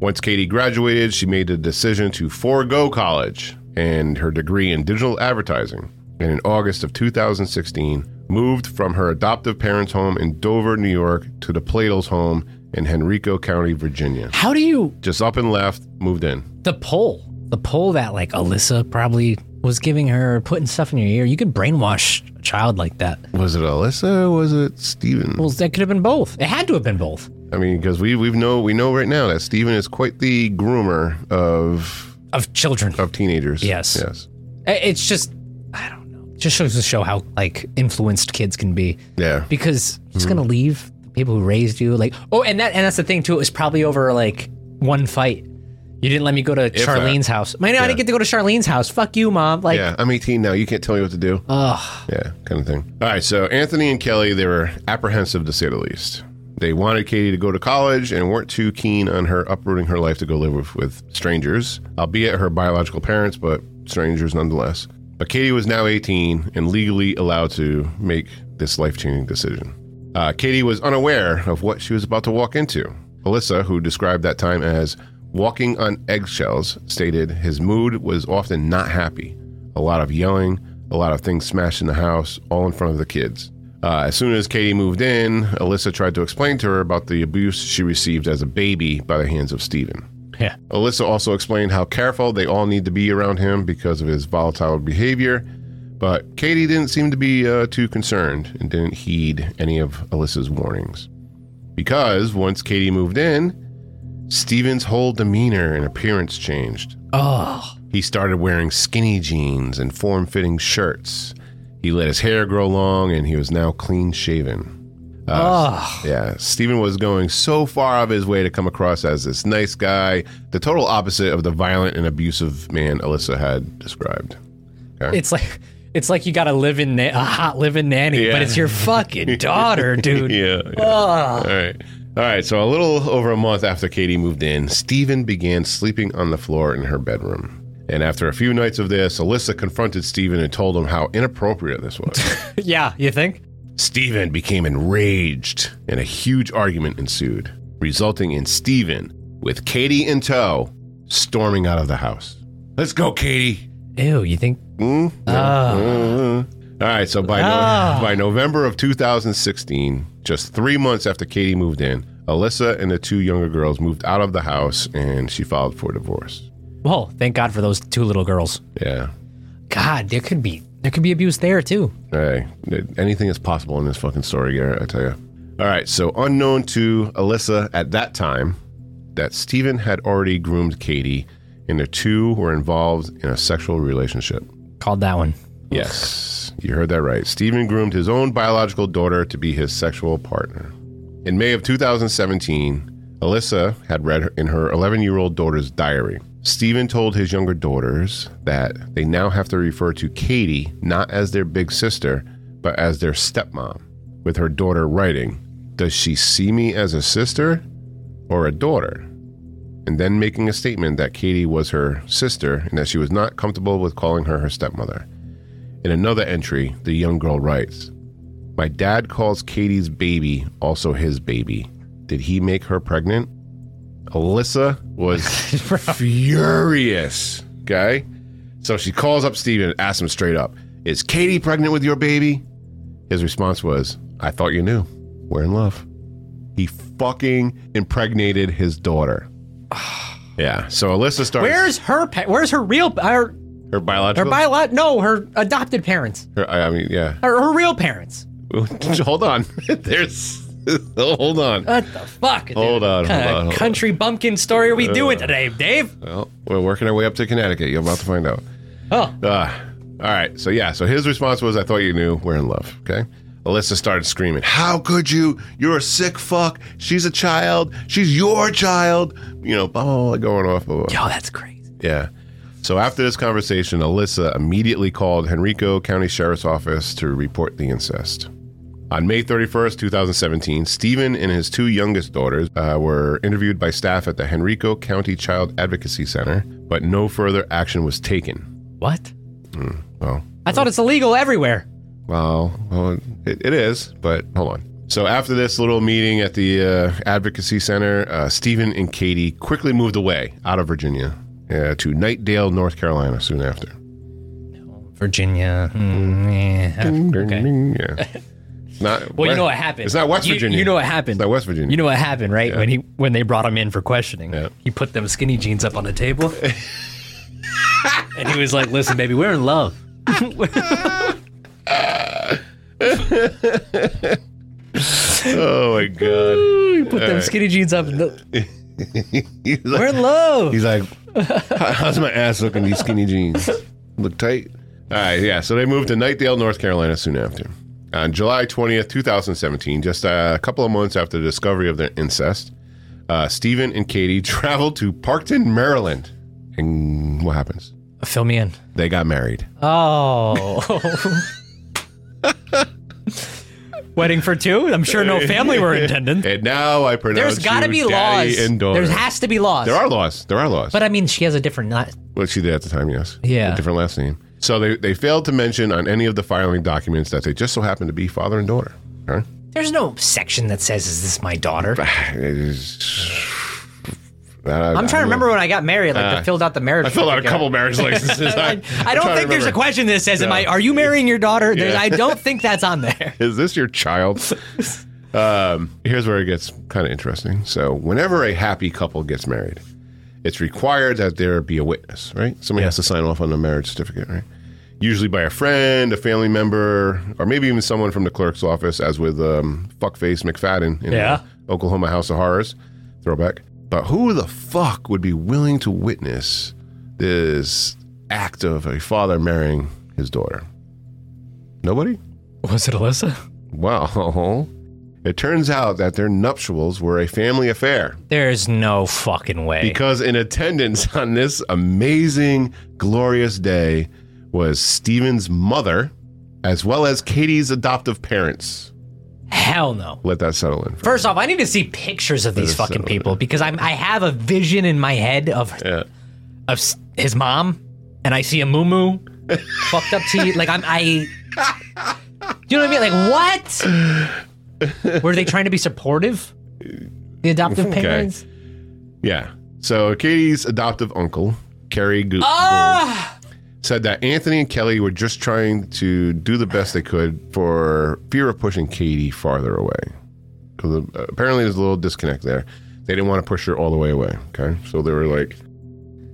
Once Katie graduated, she made the decision to forego college and her degree in digital advertising. And in August of 2016, moved from her adoptive parents' home in Dover, New York, to the Plato's home in Henrico County, Virginia.
How do you
Just up and left, moved in.
the poll the poll that like alyssa probably was giving her putting stuff in your ear you could brainwash a child like that
Was it Alyssa? Or was it Steven?
well that could have been both it had to have been both
I mean, because we we've know we know right now that Steven is quite the groomer of
of children
of teenagers.
Yes.
Yes.
I- it's just i don't know It just shows to show how like influenced kids can be
Yeah.
because he's gonna
Hmm.
leave the people who raised you like oh and that and that's the thing too it was probably over like one fight you didn't let me go to
that.
charlene's house man i didn't get to go to charlene's house fuck you mom like Uh.
yeah, I'm 18 now. You can't tell me what to do.
ugh.
Yeah, kind of thing. All right, so Anthony and Kelly, they were apprehensive to say the least. They wanted Katie to go to college and weren't too keen on her uprooting her life to go live with, with strangers, albeit her biological parents, but strangers nonetheless. But Katie was now 18 and legally allowed to make this life changing decision. Uh, Katie was unaware of what she was about to walk into. Alyssa, who described that time as walking on eggshells, stated his mood was often not happy. A lot of yelling, a lot of things smashed in the house, all in front of the kids. Uh, as soon as Katie moved in, Alyssa tried to explain to her about the abuse she received as a baby by the hands of Steven.
Yeah.
Alyssa also explained how careful they all need to be around him because of his volatile behavior, but Katie didn't seem to be uh, too concerned and didn't heed any of Alyssa's warnings. Because once Katie moved in, Steven's whole demeanor and appearance changed.
oh
He started wearing skinny jeans and form fitting shirts. He let his hair grow long and he was now clean shaven.
oh
Yeah, Steven was going so far out of his way to come across as this nice guy, the total opposite of the violent and abusive man Alyssa had described.
It's like it's like you got a living na- a hot living nanny,
Yeah.
but it's your fucking daughter, dude.
Yeah. yeah. All right. All right. So a little over a month after Katie moved in, Steven began sleeping on the floor in her bedroom. And after a few nights of this, Alyssa confronted Steven and told him how inappropriate this was.
Yeah, you think?
Stephen became enraged, and a huge argument ensued, resulting in Stephen, with Katie in tow, storming out of the house. Let's go, Katie.
Ew, you think?
Mm, no,
Ah.
mm, mm. All right, so by, no-
Ah.
by November of 2016, just three months after Katie moved in, Alyssa and the two younger girls moved out of the house and she filed for divorce.
Well, thank God for those two little girls.
Yeah.
God, there could be there could be abuse there too.
Hey, anything is possible in this fucking story, Garrett, I tell you. All right, so unknown to Alyssa at that time, that Stephen had already groomed Katie, and the two were involved in a sexual relationship.
Called that one.
Yes, you heard that right. Stephen groomed his own biological daughter to be his sexual partner. In May of 2017, Alyssa had read in her 11 year old daughter's diary. Stephen told his younger daughters that they now have to refer to Katie not as their big sister, but as their stepmom. With her daughter writing, Does she see me as a sister or a daughter? and then making a statement that Katie was her sister and that she was not comfortable with calling her her stepmother. In another entry, the young girl writes My dad calls Katie's baby also his baby. Did he make her pregnant? Alyssa was furious. Okay. So she calls up Steven and asks him straight up Is Katie pregnant with your baby? His response was, I thought you knew. We're in love. He fucking impregnated his daughter. yeah. So Alyssa starts
Where's her? Pa- where's her real? Her,
her
her
biological.
biolog? No, her adopted parents.
her- I I mean, yeah.
Her, her real parents.
hold on. There's. hold on.
What the fuck? dude?
Hold on,
What kind
hold on, Uh.
of
hold on.
country bumpkin story are we doing today, Dave?
Well, we're working our way up to Connecticut. You're about to find out.
Oh,
Uh, all right. So, yeah. So his response was, I thought you knew. We're in love. Okay. Alyssa started screaming, How could you? You're a sick fuck. She's a child. She's your child. You know, blah, blah, blah, going off. Blah, blah.
yo, that's crazy.
Yeah. So after this conversation, Alyssa immediately called Henrico County Sheriff's Office to report the incest. On May 31st, 2017, Stephen and his two youngest daughters uh, were interviewed by staff at the Henrico County Child Advocacy Center, but no further action was taken.
What?
Well,
I thought it's illegal everywhere.
well, well it, it is, but hold on. So after this little meeting at the uh, advocacy center, uh, Stephen and Katie quickly moved away out of Virginia uh, to Nightdale, North Carolina, soon after.
Virginia. Mm, yeah. Okay.
Yeah. It's Not,
Well, you
West-
know what happened.
It's not West
You-
Virginia.
You, know what happened.
It's not West Virginia.
You know what happened, right? When he when they brought him in for questioning,
Yeah.
he put them skinny jeans up on the table, and he was like, "Listen, baby, we're in love."
oh my god.
He put them
right.
skinny jeans up. and the-
he's like,
we're in love.
he's like, "How- how's my ass looking? These skinny jeans look tight. All right, yeah. So they moved to Nightdale, North Carolina, soon after. On July twentieth, two thousand seventeen, just uh, a couple of months after the discovery of their incest, uh, Stephen and Katie traveled to Parkton, Maryland, and what happens?
Fill me in.
They got married.
Oh. Wedding for two? I'm sure no family were in attendance.
And now I pronounce
There's got to
you
be
daddy
laws.
and daughter.
There has to be laws.
there are laws. There are laws.
But I mean, she has a different. Not,
Well, she did at the time, yes.
Yeah.
A different last name. So they, they failed to mention on any of the filing documents that they just so happened to be father and daughter. Huh?
there's no section that says, "Is this my daughter?"
It is- I-
I'm trying to remember when I got married. Like, I filled out the marriage.
Uh, I filled out a
certificate.
couple marriage licenses. I,
I, I don't think there's a question that says, "Am I? Are you marrying your daughter?" There's I don't think that's on there.
Is this your child? um, here's where it gets kind of interesting. So, whenever a happy couple gets married, it's required that there be a witness, right? Somebody has to sign off on the marriage certificate, right? Usually by a friend, a family member, or maybe even someone from the clerk's office, as with um, Fuckface McFadden in
Yeah.
the Oklahoma House of Horrors throwback. But who the fuck would be willing to witness this act of a father marrying his daughter? Nobody?
Was it Alyssa?
Well, it turns out that their nuptials were a family affair
There's no fucking way.
because in attendance on this amazing, glorious day was Stephen's mother as well as Katie's adoptive parents.
Hell no.
Let that settle in. For
First off, I need to see pictures of these
is
fucking
so-
people because I'm I have a vision in my head of
Yeah.
of s- his mom, and I see a moo moo fucked up to you. Like I'm I. Do you know what I mean? Like what? Were they trying to be supportive? The adoptive
Okay.
parents.
Yeah. So Katie's adoptive uncle, Kerry Goop, said that Anthony and Kelly were just trying to do the best they could for fear of pushing Katie farther away. Because apparently there's a little disconnect there. They didn't want to push her all the way away. Okay. So they were like,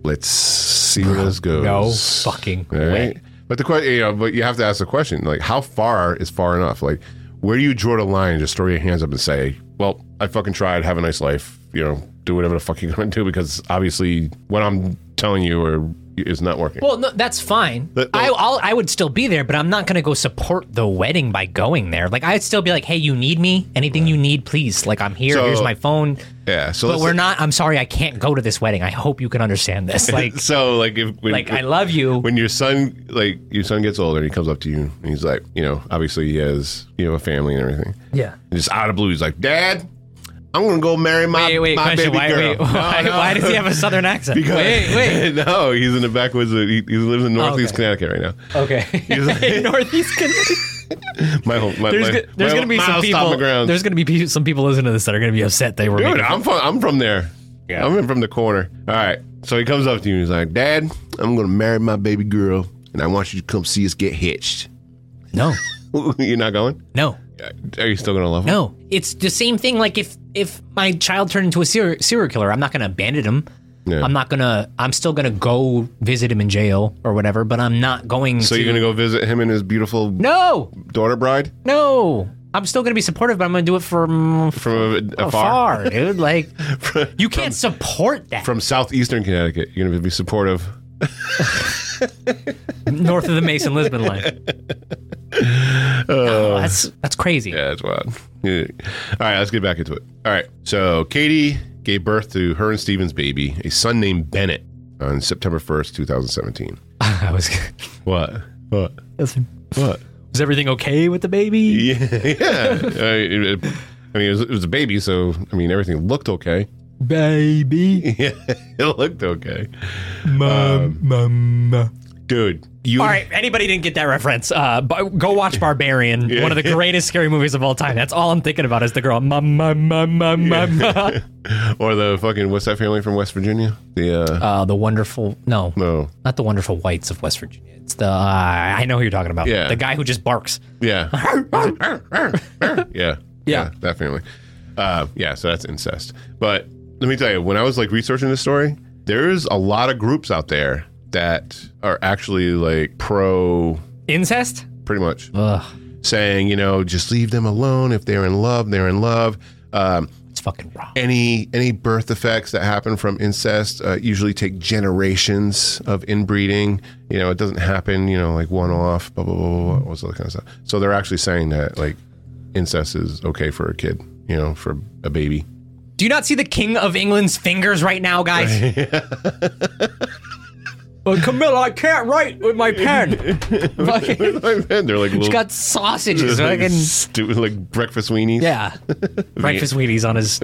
let's see where this goes.
no fucking way.
But the question, you know, but you have to ask the question, like, how far is far enough? Like, Where do you draw the line? Just throw your hands up and say, "Well, I fucking tried. Have a nice life. You know, do whatever the fuck you're going to do because obviously what I'm telling you or is not working."
Well, no, that's fine.
The- the-
I I'll, I would still be there, but I'm not gonna go support the wedding by going there. Like I'd still be like, hey, you need me? Anything you need, please. Like I'm here.
So-
here's my phone.
yeah. So
But
let's-
we're not. I'm sorry, I can't go to this wedding. I hope you can understand this. Like
So like if when,
like I love you.
when your son like your son gets older and he comes up to you and he's like, you know, obviously he has you know a family and everything.
Yeah.
And just out of blue, he's like, Dad, I'm gonna go marry my,
Wait, wait,
my
question.
baby
Why,
girl.
wait,
No,
why,
no.
why does he have a southern accent?
Because,
wait, wait. Oh,
no, he's in the backwoods. Of, he, he lives in Northeast
okay.
Connecticut right now.
Okay. Northeast. Connecticut.
My whole, my,
There's,
my,
go- there's
my
gonna be some
miles
people.
stomping grounds.
There's gonna be pe- some people listening to this that are gonna be upset they were.
Dude,
making-
I'm from I'm from there. Yeah. I'm in from the corner. All right. So he comes up to you and he's like, Dad, I'm gonna marry my baby girl, and I want you to come see us get hitched.
no,
You're not going?
no.
Are you still gonna love him?
No, it's the same thing. Like if if my child turned into a serial, serial killer, I'm not going to abandon him.
Yeah.
I'm not gonna. I'm still gonna go visit him in jail or whatever. But I'm not going.
So
to,
you're gonna go visit him and his beautiful
No,
daughter bride
no. I'm still gonna be supportive, but I'm gonna do it from
from afar,
afar, dude. Like you can't support that
from southeastern Connecticut. You're gonna be supportive.
north of the Mason Lisbon line. No, that's that's crazy.
Uh, Yeah, that's wild. Yeah. All right, let's get back into it. All right. So Katie gave birth to her and Steven's baby, a son named Bennett, on September 1st, 2017.
I was.
What? What? What?
Was everything okay with the baby?
Yeah. yeah. Uh, it- it- I mean, it was, it was a baby, so I mean, everything looked okay.
Baby,
Yeah, it looked okay, Um,
mom, mama.
dude. You
All right, anybody didn't get that reference? Uh, bu- go watch Barbarian, one of the greatest scary movies of all time. That's all I'm thinking about is the girl. Ma, ma, ma, ma, ma, ma.
or the fucking what's that family from West Virginia? The uh,
Uh, the wonderful, no,
no,
not the wonderful whites of West Virginia. It's the uh, I know who you're talking about.
Yeah.
the guy who just barks.
Yeah. yeah. Yeah. That family. Uh, yeah. So that's incest. But let me tell you, when I was like researching this story, there's a lot of groups out there that are actually like pro,
Incest?
pretty much
Ugh,
saying, you know, just leave them alone. If they're in love, they're in love. Um,
it's fucking wrong.
any any birth effects that happen from incest uh, usually take generations of inbreeding. You know, it doesn't happen. You know, like one off, blah blah blah blah. blah what's all that kind of stuff? So they're actually saying that like incest is okay for a kid. You know, for a baby.
Do you not see the King of England's fingers right now, guys? Well, Camilla, I can't write with my pen. Fucking-
they're like little
He's got sausages.
like,
Fucking,
stupid, like breakfast weenies.
yeah. Breakfast Wheaties on his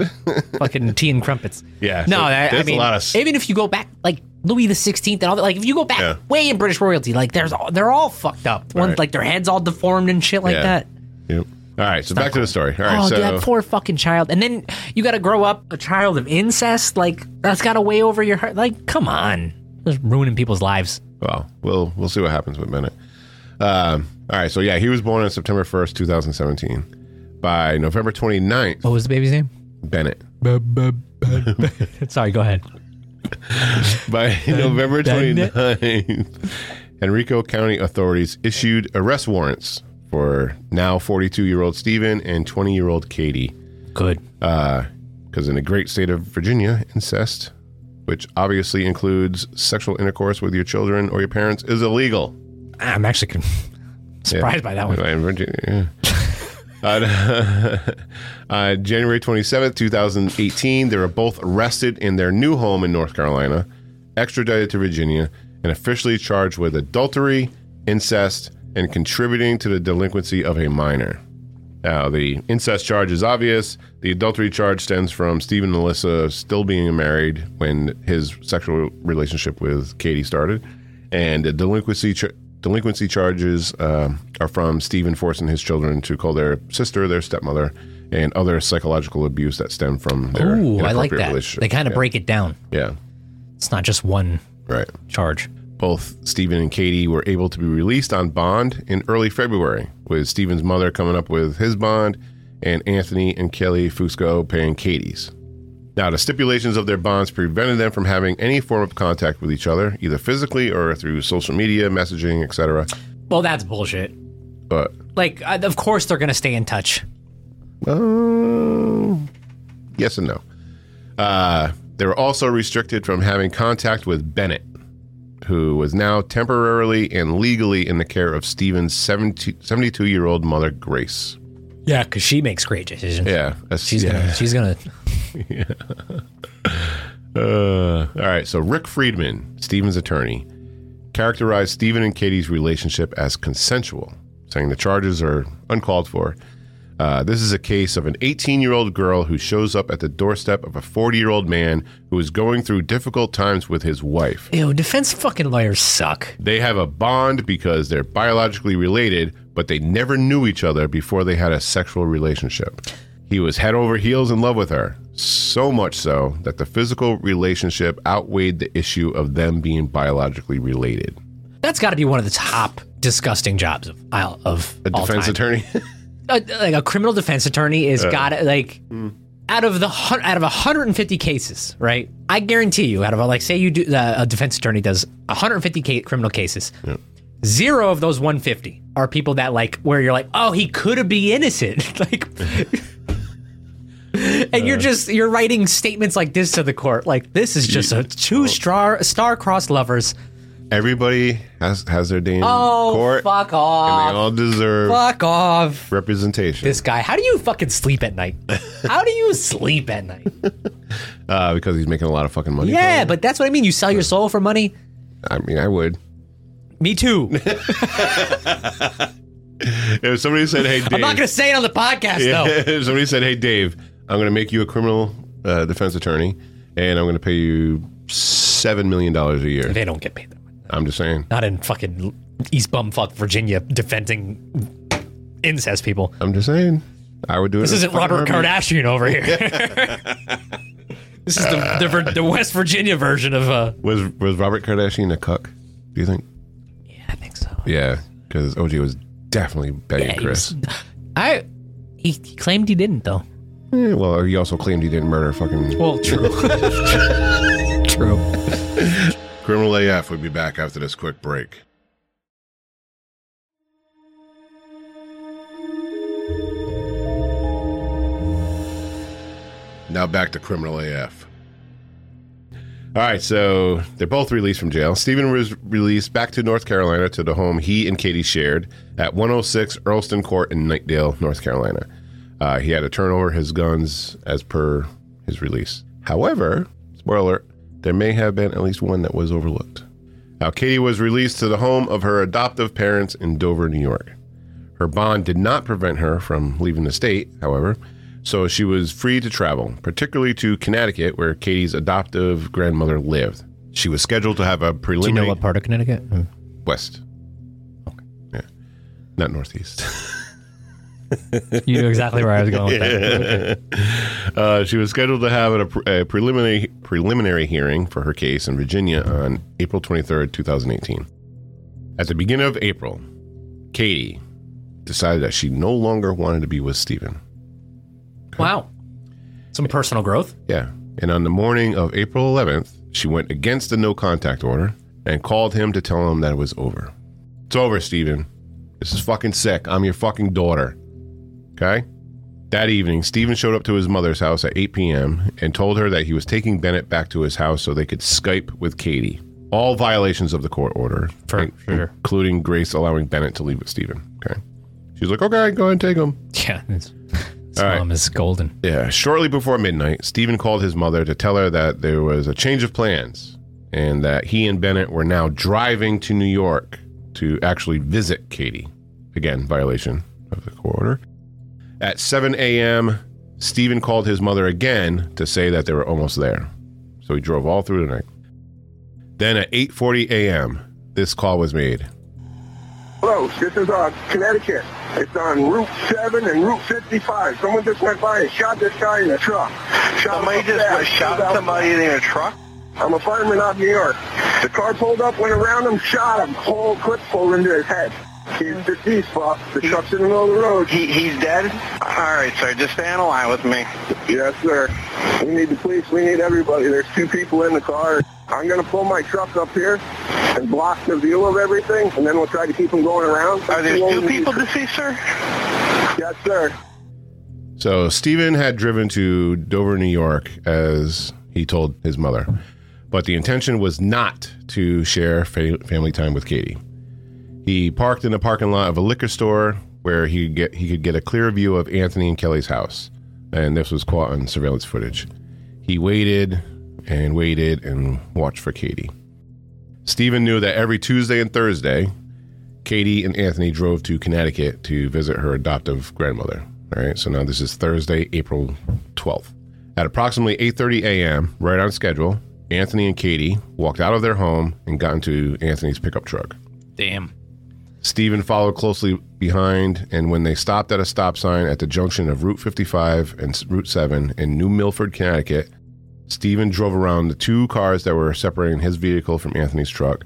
fucking tea and crumpets.
Yeah,
No,
so
that, I
there's a
mean,
lot of s-
even if you go back, like Louis the Sixteenth and all that, like if you go back
Yeah.
way in British royalty, like there's all, they're all fucked up. One,
Right.
like their heads all deformed and shit like
Yeah.
that.
Yep. All right. So back to the story. All right.
oh,
so
dude, that poor fucking child. And then you got to grow up a child of incest. Like that's got to weigh over your heart. Like, come on, just ruining people's lives.
Well, we'll we'll see what happens with Bennett. Um, all right, so yeah, he was born on September 1st, 2017. By November 29th,
What was the baby's name?
Bennett.
Sorry, go ahead.
By November 29th, Enrico County authorities issued arrest warrants for now 42 year old Stephen and 20 year old Katie.
Good.
Because in the great state of Virginia, incest, which obviously includes sexual intercourse with your children or your parents, is illegal.
I'm actually con- surprised by that one.
Right, in Virginia, yeah. on, uh, January 27th, 2018, they were both arrested in their new home in North Carolina, extradited to Virginia, and officially charged with adultery, incest, and contributing to the delinquency of a minor. Now, the incest charge is obvious. The adultery charge stems from Stephen and Alyssa still being married when his sexual relationship with Katie started, and the delinquency ch- delinquency charges um are from Stephen forcing his children to call their sister their stepmother, and other psychological abuse that stem from their
Ooh, I like
inappropriate
that.
relationship.
They kind of
yeah,
break it down.
yeah,
It's not just one
right.
charge.
Both Stephen and Katie were able to be released on bond in early February, with Stephen's mother coming up with his bond and Anthony and Kelly Fusco paying Katie's. Now, the stipulations of their bonds prevented them from having any form of contact with each other, either physically or through social media, messaging, etc.
Well, that's bullshit.
But
Like, uh, of course they're gonna stay in touch.
Uh, yes and no. Uh, they were also restricted from having contact with Bennett, who was now temporarily and legally in the care of Stephen's 72 year old mother, Grace.
Yeah, because she makes great decisions.
Yeah. that's-
She's
yeah.
gonna. She's gonna.
Uh, all right. So Rick Friedman, Stephen's attorney, characterized Stephen and Katie's relationship as consensual, saying the charges are uncalled for. Uh, this is a case of an 18 year old girl who shows up at the doorstep of a 40 year old man who is going through difficult times with his wife.
Ew, defense fucking lawyers suck.
They have a bond because they're biologically related, but they never knew each other before they had a sexual relationship. He was head over heels in love with her, so much so that the physical relationship outweighed the issue of them being biologically related.
That's got to be one of the top disgusting jobs of I'll- of
A
all
defense
time.
attorney?
a, like a criminal defense attorney is got to like out of the hun- out of 150 cases, right? I guarantee you, out of like say you do uh, a defense attorney does 150 ca- criminal cases, zero of those 150 are people that like where you're like, oh, he could be innocent, like. And you're just you're writing statements like this to the court, like this is just a two star star-crossed lovers.
Everybody has, has their day in
Oh,
court,
fuck
and
off!
they all deserve
Fuck off!
representation.
this guy. How do you fucking sleep at night? How do you sleep at night?
uh, because he's making a lot of fucking money.
Yeah, but that's what I mean. You sell your soul for money.
I mean, I would.
Me too.
If somebody said, "Hey, Dave,"
I'm not gonna say it on the podcast though.
if somebody said, "Hey, Dave, I'm going to make you a criminal uh, defense attorney, and I'm going to pay you seven million dollars a year,"
They don't get paid that much.
I'm just saying.
Not in fucking East Bumfuck, Virginia, defending incest people.
I'm just saying. I would do it.
This
in a
isn't
fucking
Robert
heartbeat.
Kardashian over here. this is the, the Vir- the West Virginia version of uh.
Was was Robert Kardashian a cuck? Do you think?
Yeah, I think so.
Yeah, because OG was definitely begging
he
Chris.
I. He, he claimed he didn't though.
Eh, well, he also claimed he didn't murder fucking
Well, true. true.
criminal AF. We'll be back after this quick break. Now back to criminal AF. All right, so they're both released from jail. Stephen was released back to North Carolina to the home he and Katie shared at 106 Earlston Court in Nightdale, North Carolina. Uh, he had to turn over his guns as per his release. However, spoiler alert, there may have been at least one that was overlooked. Now, Katie was released to the home of her adoptive parents in Dover, New York. Her bond did not prevent her from leaving the state, however, so she was free to travel, particularly to Connecticut, where Katie's adoptive grandmother lived. She was scheduled to have a
Do you
preliminary
know what part of Connecticut? Hmm.
west. Okay. Yeah. Not northeast.
You knew exactly where I was going with that.
Uh, she was scheduled to have a, pre- a preliminary preliminary hearing for her case in Virginia on April 23rd, 2018. At the beginning of April, Katie decided that she no longer wanted to be with Stephen.
Wow. Some personal growth.
Yeah, and on the morning of April 11th, she went against the no contact order and called him to tell him that it was over. It's over, Stephen. This is fucking sick. I'm your fucking daughter. Okay? That evening, Steven showed up to his mother's house at 8 p.m. and told her that he was taking Bennett back to his house so they could Skype with Katie. All violations of the court order,
For
in-
sure.
including Grace allowing Bennett to leave with Steven. Okay. She's like, okay, go ahead and take him.
Yeah. His
right.
mom is golden.
Yeah, shortly before midnight, Stephen called his mother to tell her that there was a change of plans and that he and Bennett were now driving to New York to actually visit Katie. Again, violation of the court order. At 7 a.m., Stephen called his mother again to say that they were almost there. So he drove all through the night. Then at 8:40 a.m., this call was made.
Hello, this is uh, Connecticut. It's on Route 7 and Route 55. Someone just went by and shot this guy in a truck. Shot
Somebody
him
just
fast.
went- shot
He was out
somebody in a truck.
I'm a fireman out of New York. The car pulled up, went around him, shot him. Whole clip pulled into his head. He's deceased, Bob. The truck's in the middle of the road.
He, he's dead. All right, sir. Just stay on the line with me.
Yes, sir. We need the police. We need everybody. There's two people in the car. I'm going to pull my truck up here, and block the view of everything, and then we'll try to keep them going around.
Are there
We'll-
two people deceased, sir?
Yes, sir.
So Stephen had driven to Dover, New York, as he told his mother, but the intention was not to share fa- family time with Katie. He parked in the parking lot of a liquor store where he could get he could get a clear view of Anthony and Kelly's house, and this was caught on surveillance footage. He waited and waited and watched for Katie. Stephen knew that every Tuesday and Thursday, Katie and Anthony drove to Connecticut to visit her adoptive grandmother. All right, so now this is Thursday, April 12th. At approximately 8:30 a.m., right on schedule, Anthony and Katie walked out of their home and got into Anthony's pickup truck.
Damn.
Stephen followed closely behind, and when they stopped at a stop sign at the junction of Route 55 and s- Route 7 in New Milford, Connecticut, Stephen drove around the two cars that were separating his vehicle from Anthony's truck,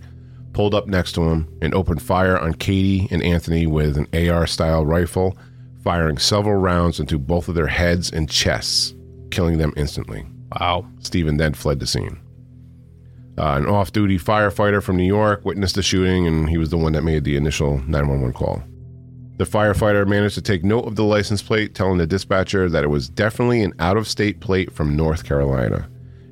pulled up next to him, and opened fire on Katie and Anthony with an AR style rifle, firing several rounds into both of their heads and chests, killing them instantly.
Wow.
Stephen then fled the scene. Uh, an off duty firefighter from New York witnessed the shooting, and he was the one that made the initial 911 call. The firefighter managed to take note of the license plate, telling the dispatcher that it was definitely an out of state plate from North Carolina.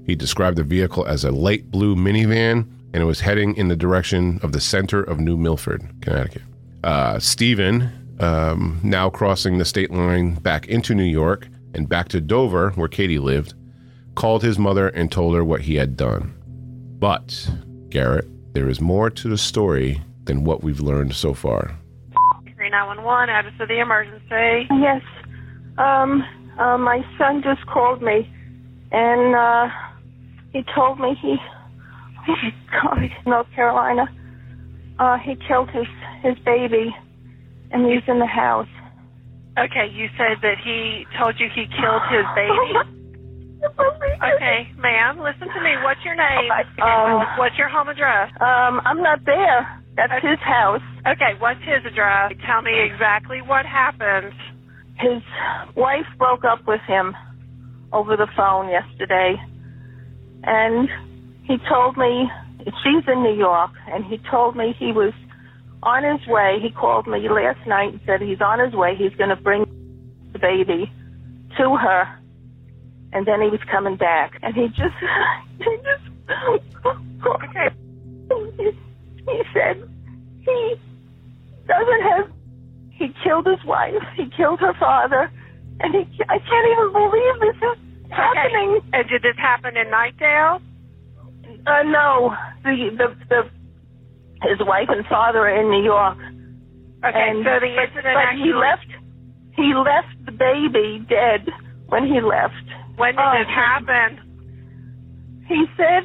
He described the vehicle as a light blue minivan, and it was heading in the direction of the center of New Milford, Connecticut. Uh, Stephen, um, now crossing the state line back into New York and back to Dover, where Katie lived, called his mother and told her what he had done. But, Garrett, there is more to the story than what we've learned so far.
3911, address of the emergency.
Yes. Um, uh, my son just called me, and uh, he told me he, oh my God, North Carolina, uh, he killed his his baby, and he's in the house.
Okay, you said that he told you he killed his baby.
Oh
Okay, ma'am, listen to me. What's your name?
Um,
What's your home address?
Um, I'm not there. That's his house.
Okay, what's his address? Tell me exactly what happened.
His wife broke up with him over the phone yesterday, and he told me she's in New York, and he told me he was on his way. He called me last night and said he's on his way. He's going to bring the baby to her, and then he was coming back, and he just, he just, okay. He said he doesn't have he killed his wife. He killed her father. And he, I can't even believe this is happening.
And did this happen in Nightdale?
Uh, no, the, the, the, his wife and father are in New York.
Okay,
and,
so the
but-
incident
but
actually.
he left, he left the baby dead when he left.
When did
Oh,
this happen?
He said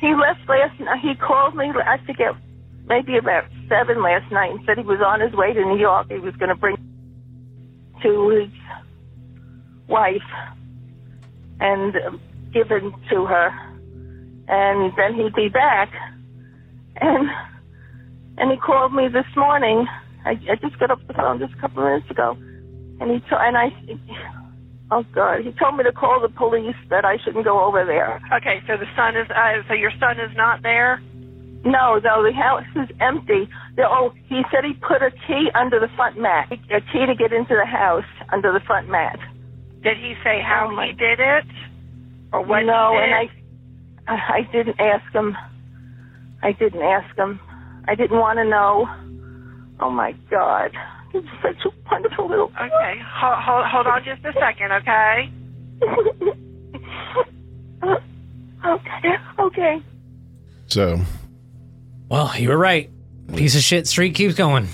he left last night. He called me, I forget, maybe about seven last night and said he was on his way to New York. He was going to bring to his wife and um, give it to her. And then he'd be back. And, and he called me this morning. I, I just got off the phone just a couple of minutes ago. And he told, and I, oh God, he told me to call the police that I shouldn't go over there.
Okay, so the son is. Uh, so your son is not there.
No, no, the house is empty. The, oh, he said he put a key under the front mat, a key to get into the house under the front mat.
Did he say how
Oh, my-
he did it, or what?
no,
he did?
and I, I I didn't ask him. I didn't ask him. I didn't want to know. Oh my God, he's such a wonderful little.
Okay, hold, hold, hold on just a second, okay?
uh, okay, okay.
So,
Well, you were right. Piece of shit street keeps going.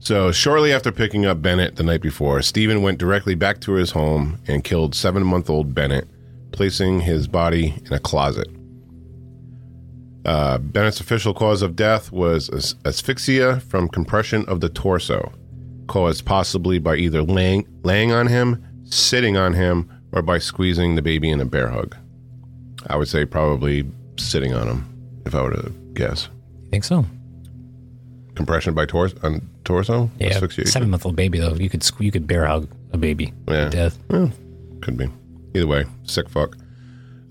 so shortly after picking up Bennett the night before, Stephen went directly back to his home and killed seven-month-old Bennett, placing his body in a closet. Uh, Bennett's official cause of death was as- asphyxia from compression of the torso, caused possibly by either laying laying on him, sitting on him, or by squeezing the baby in a bear hug. I would say probably sitting on him, if I were to guess.
You think so?
compression by torso, on torso
Yeah.
Asphyxiation?
Seven month old baby though. You could sque- you could bear hug a baby
Yeah. Um,
to death.
could be either way sick fuck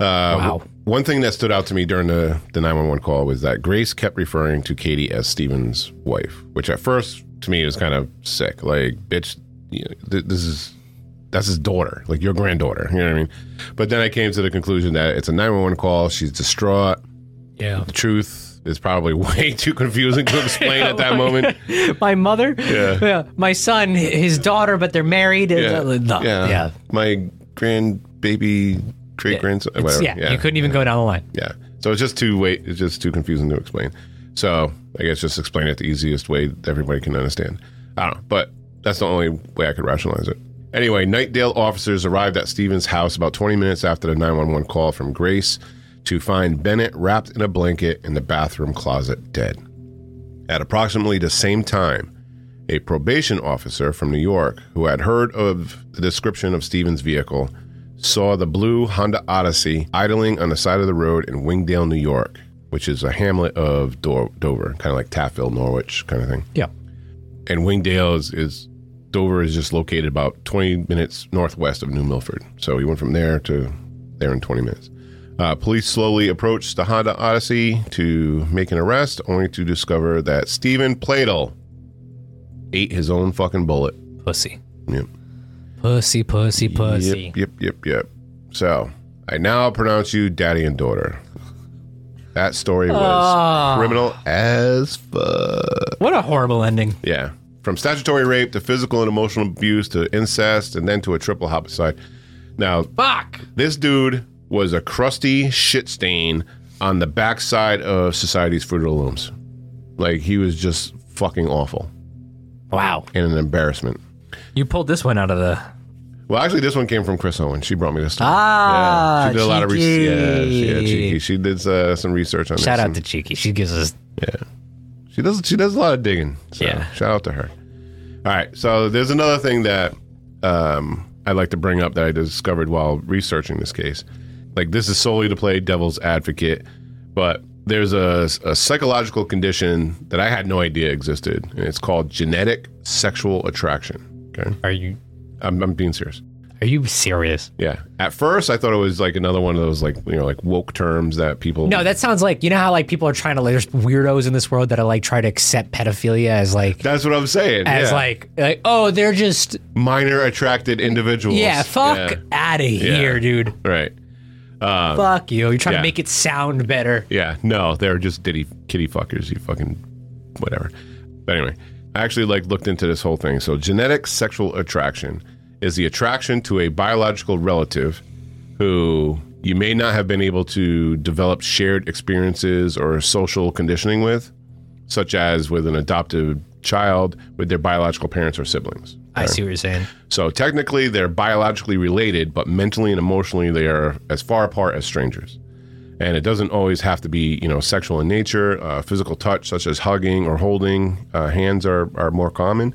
uh
Wow.
One thing that stood out to me during the, the 911 call was that Grace kept referring to Katie as Steven's wife, which at first to me was kind of sick. Like, bitch, you know, th- this is that's his daughter, like your granddaughter. You know what I mean? But then I came to the conclusion that it's a 911 call. She's distraught.
Yeah.
The truth is probably way too confusing to explain at that moment.
My mother,
Yeah.
my son, his daughter, but they're married.
Yeah.
yeah,
yeah.
yeah.
My grandbaby, great grandson,
It's-
whatever.
yeah, you couldn't even go down the line.
Yeah. So it's just too wait. It's just too confusing to explain. So I guess just explain it the easiest way that everybody can understand. I don't know, but that's the only way I could rationalize it. Anyway, Nightdale officers arrived at Stevens' house about 20 minutes after the 911 call from Grace to find Bennett wrapped in a blanket in the bathroom closet dead. At approximately the same time, a probation officer from New York who had heard of the description of Stevens' vehicle saw the blue Honda Odyssey idling on the side of the road in Wingdale, New York, which is a hamlet of Dor- Dover, kind of like Taftville, Norwich kind of thing.
Yeah.
And Wingdale is, is Dover is just located about 20 minutes northwest of New Milford. So he went from there to there in 20 minutes. Uh, police slowly approached the Honda Odyssey to make an arrest, only to discover that Stephen Platel ate his own fucking bullet.
Pussy.
Yep.
Pussy, pussy, pussy.
Yep, yep, yep, yep. So I now pronounce you daddy and daughter. That story was
Ah.
criminal as fuck.
What a horrible ending.
Yeah. From statutory rape to physical and emotional abuse to incest and then to a triple homicide. Now,
fuck.
This dude was a crusty shit stain on the backside of society's Fruit of the Looms. Like he was just fucking awful
Wow.
and an embarrassment.
You pulled this one out of the.
Well, actually, this one came from Chris Owen. She brought me this. Story.
Ah,
yeah, she did a lot of research.
Cheeky.
Yeah, she, yeah, cheeky. She did uh, some research on.
Shout
this
out
and-
to Cheeky. She gives us.
Yeah, she does. She does a lot of digging. So
Yeah.
shout out to her. All right, so there's another thing that um, I'd like to bring up that I discovered while researching this case. Like this is solely to play devil's advocate, but there's a, a psychological condition that I had no idea existed, and it's called genetic sexual attraction. Okay,
Are you?
I'm, I'm being serious.
Are you serious?
Yeah. At first, I thought it was like another one of those like you know like woke terms that people.
No, that sounds like you know how like people are trying to like there's weirdos in this world that are like try to accept pedophilia as like
that's what I'm saying.
as
yeah.
like like oh they're just
minor attracted individuals.
yeah fuck
Yeah.
out of here dude
Right. Um,
fuck you you're trying
yeah.
to make it sound better
Yeah. No, they're just ditty kitty fuckers. You fucking whatever. But anyway, I actually like looked into this whole thing. So genetic sexual attraction is the attraction to a biological relative who you may not have been able to develop shared experiences or social conditioning with, such as with an adopted child with their biological parents or siblings.
I see what you're saying
So technically, they're biologically related, but mentally and emotionally, they are as far apart as strangers. And it doesn't always have to be, you know, sexual in nature. Uh, physical touch, such as hugging or holding uh, hands, are, are more common.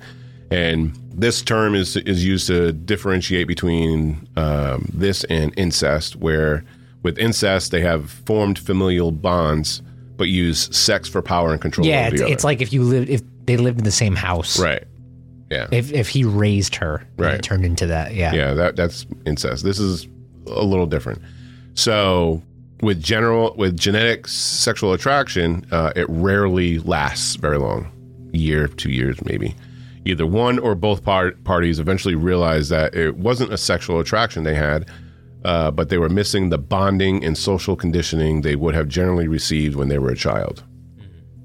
And this term is is used to differentiate between um, this and incest, where with incest they have formed familial bonds, but use sex for power and control.
yeah
over
it's,
the
it's
other.
like if you lived if they lived in the same house
right, yeah.
if if he raised her and it
Right.
turned into that yeah
yeah that that's incest this is a little different so with general with genetic sexual attraction uh, it rarely lasts very long year two years maybe either one or both par- parties eventually realize that it wasn't a sexual attraction they had uh, but they were missing the bonding and social conditioning they would have generally received when they were a child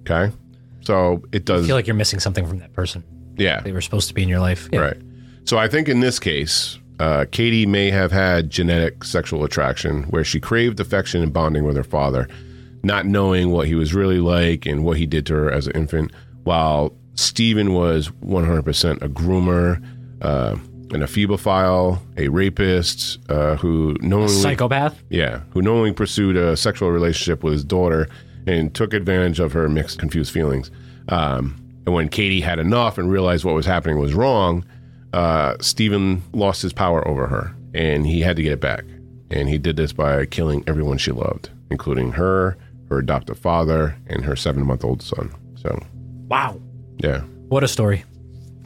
okay so it
I
does
feel like you're missing something from that person
yeah
they were supposed to be in your life yeah.
Right. So I think in this case, uh, Katie may have had genetic sexual attraction where she craved affection and bonding with her father, not knowing what he was really like and what he did to her as an infant, while Stephen was 100% a groomer, uh, an ephebophile, a rapist uh, who knowingly.
psychopath
Yeah, who knowingly pursued a sexual relationship with his daughter and took advantage of her mixed, confused feelings. Um, and when Katie had enough and realized what was happening was wrong, uh, Stephen lost his power over her and he had to get it back. And he did this by killing everyone she loved, including her, her adoptive father, and her seven month old son. So,
wow
yeah,
what a story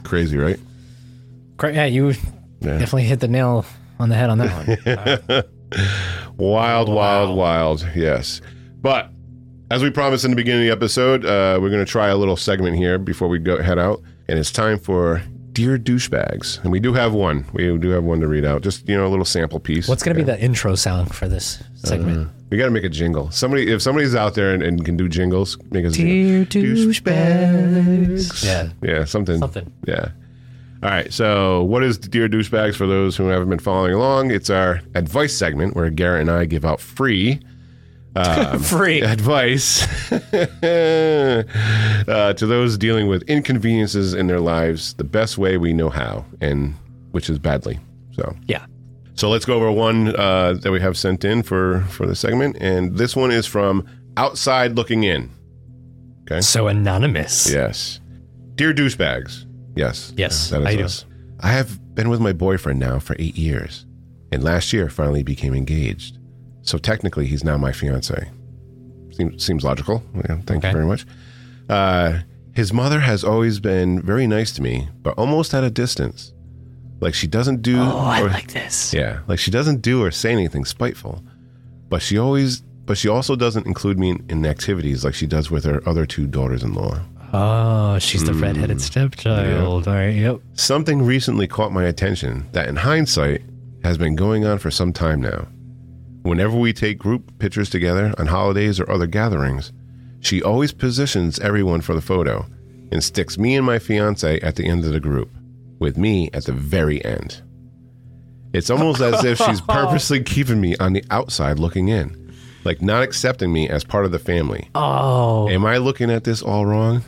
crazy, right?
Cra- yeah you
Yeah.
definitely hit the nail on the head on that one
Wild, wild, wild. Yes. But as we promised in the beginning of the episode, uh, we're going to try a little segment here before we go head out. And it's time for Dear Douchebags. And we do have one. We do have one to read out. Just, you know, a little sample piece.
What's going to be the intro sound for this segment?
Uh, we got to make a jingle. Somebody, if somebody's out there and, and can do jingles, make us.
Dear douchebags. Yeah.
Yeah, something.
Something.
Yeah. All right. So, what is Dear Douchebags for those who haven't been following along? It's our advice segment where Garrett and I give out free. um,
Free.
advice uh, to those dealing with inconveniences in their lives the best way we know how, and which is badly. So,
Yeah.
so let's go over one uh, that we have sent in for for the segment, and this one is from outside looking in. Okay.
So anonymous.
Yes. Dear douchebags. Yes.
Yes,
That is
I do.
us. I have been with my boyfriend now for eight years, and last year finally became engaged. So technically, he's now my fiance. Seems seems logical. Yeah, thank you very much. Uh, his mother has always been very nice to me, but almost at a distance. Like she doesn't do.
Oh, I
or-
like this.
yeah, like she doesn't do or say anything spiteful, but she always, but she also doesn't include me in, in activities like she does with her other two daughters-in-law.
Oh, she's the
Mm.
redheaded stepchild. All right. Yep.
Something recently caught my attention that, in hindsight, has been going on for some time now. Whenever we take group pictures together on holidays or other gatherings, she always positions everyone for the photo and sticks me and my fiance at the end of the group, with me at the very end. It's almost as if she's purposely keeping me on the outside looking in, like not accepting me as part of the family.
Oh.
Am I looking at this all wrong?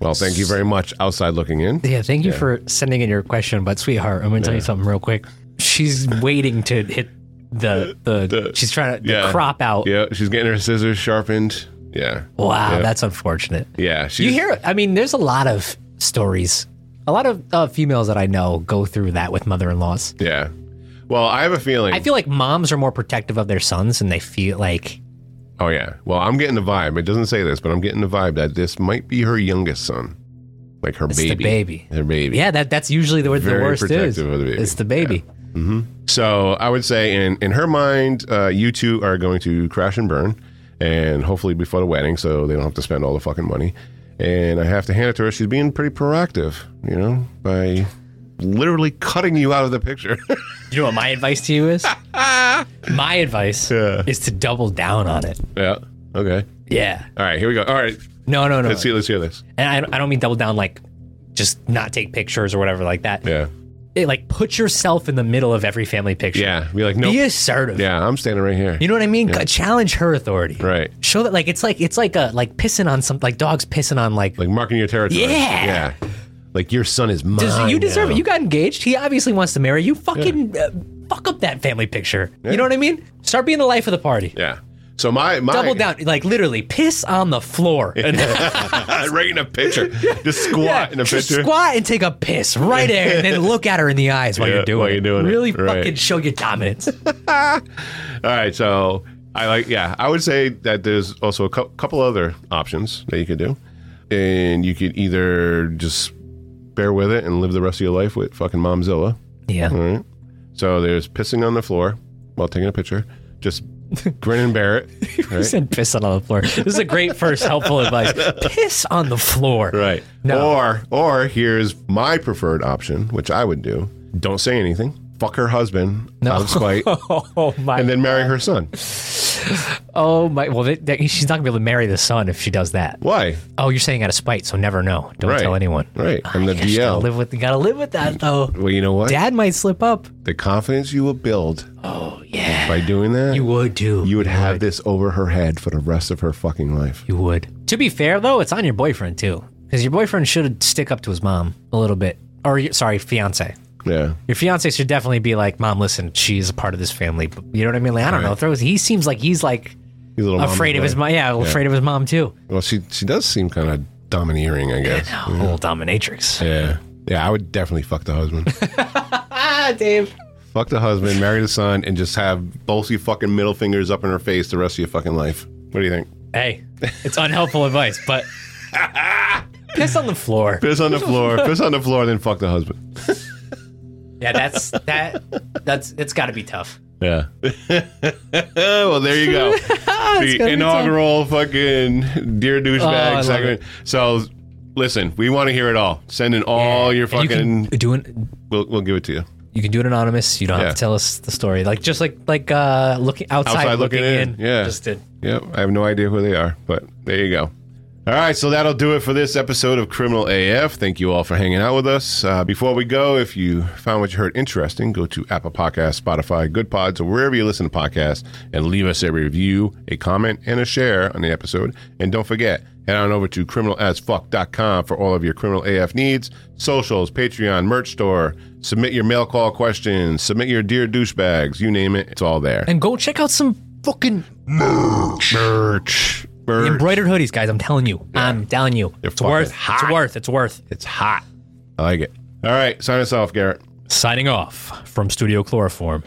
Well, thank you very much, outside looking in.
Yeah. Thank you
Yeah.
for sending in your question, but sweetheart, I'm going to tell you something real quick. She's waiting to hit the the. she's trying to the crop out.
Yeah, she's getting her scissors sharpened. Yeah.
Wow,
Yeah.
that's unfortunate.
yeah. She's,
you hear? I mean, there's a lot of stories. A lot of uh, females that I know go through that with mother-in-laws.
Yeah. Well, I have a feeling.
I feel like moms are more protective of their sons, and they feel like
oh yeah. Well, I'm getting the vibe. It doesn't say this, but I'm getting the vibe that this might be her youngest son, like her
It's the
baby.
baby.
Her baby.
Yeah, that that's usually the, where the
Very
worst is.
protective of the baby.
It's the baby.
hmm So I would say, in in her mind, uh, you two are going to crash and burn, and hopefully before the wedding, so they don't have to spend all the fucking money. And I have to hand it to her; she's being pretty proactive, you know, by literally cutting you out of the picture.
You know what my advice to you is? my advice is to double down on it.
yeah. Okay.
Yeah.
All right. Here we go. All right.
No, no, no.
Let's see. Let's hear this.
And I, I don't mean double down like just not take pictures or whatever like that.
Yeah.
It, like put yourself in the middle of every family picture.
Yeah. Be like, no.
Be assertive.
Yeah. I'm standing right here.
You know what I mean? Challenge her authority.
Right.
Show that like it's like it's like a like pissing on some like dogs pissing on like
Like marking your territory.
Yeah.
Yeah. Like your son is mine.
Does, you deserve
now.
it. You got engaged. He obviously wants to marry you. Fucking uh, fuck up that family picture. You know what I mean? Start being the life of the party.
Yeah. So my my
Double down. Like literally, piss on the floor. And
right in a picture. Just squat in a
just
picture.
squat and take a piss right there, and then look at her in the eyes while
Yeah,
you're doing
while
it.
you're doing it.
really
Right.
fucking show your dominance.
All right. So I like. Yeah. I would say that there's also a cou- couple other options that you could do, and you could either just bear with it and live the rest of your life with fucking momzilla.
Yeah.
All right. So there's pissing on the floor while taking a picture. Just grin and bear it.
He
Right.
said piss on the floor. This is a great first helpful advice. Piss on the floor.
Right.
No.
Or or here's my preferred option, which I would do. Don't say anything. Fuck her husband out of spite.
Oh my.
and then marry her son.
Oh my. Well, that, that, she's not gonna be able to marry the son if she does that.
Why?
Oh, you're saying out of spite, so never know. Don't
Right.
tell anyone.
Right. And the
Gosh, you gotta
DL.
live with. You gotta live with that though.
Well, you know what?
Dad might slip up.
The confidence you will build
Oh yeah.
by doing that,
You would do.
you would have this over her head for the rest of her fucking life.
You would. To be fair, though, it's on your boyfriend too, because your boyfriend should stick up to his mom a little bit, or your- sorry, fiance.
Yeah.
Your fiance should definitely be like, "Mom, listen, she's a part of this family." But you know what I mean? Like, I don't know. Throws. He seems like he's like
He's a little mama's
afraid of his
boy.
mom. Yeah, afraid of his mom too.
Well, she she does seem kind of domineering, I guess.
A whole dominatrix.
Yeah. Yeah, I would definitely fuck the husband.
Ah, Dave.
fuck the husband, marry the son, and just have both your fucking middle fingers up in her face the rest of your fucking life. What do you think?
Hey, it's unhelpful advice, but piss on the floor.
Piss on the floor, piss on the floor, then fuck the husband.
Yeah, that's that. That's it's got to be tough.
Yeah. well, there you go.
gonna be
the
tough.
inaugural fucking dear
Oh, I
douchebag
love
segment. So, listen, we want to hear it all. Send in all your
And you can
fucking.
do an-
we'll, we'll give it to you.
You can do it anonymous. You don't
Yeah.
have to tell us the story. Like just like like uh looking outside, looking, in.
Yeah.
Just did.
Yep. I have no idea who they are, but there you go. All right, so that'll do it for this episode of Criminal AF. Thank you all for hanging out with us. Uh, before we go, if you found what you heard interesting, go to Apple Podcasts, Spotify, Good Pods, or wherever you listen to podcasts, and leave us a review, a comment, and a share on the episode. And don't forget, head on over to criminalasfuck.com for all of your criminal AF needs, socials, Patreon, merch store, submit your mail call questions, submit your dear douchebags, you name it, it's all there.
And go check out some fucking
merch. Merch.
The embroidered hoodies, guys. I'm telling you. I'm telling you. It's
fucking
worth.
hot.
It's worth. It's worth.
It's hot. I like it. All right, sign us off, Garrett.
Signing off from Studio Chloroform.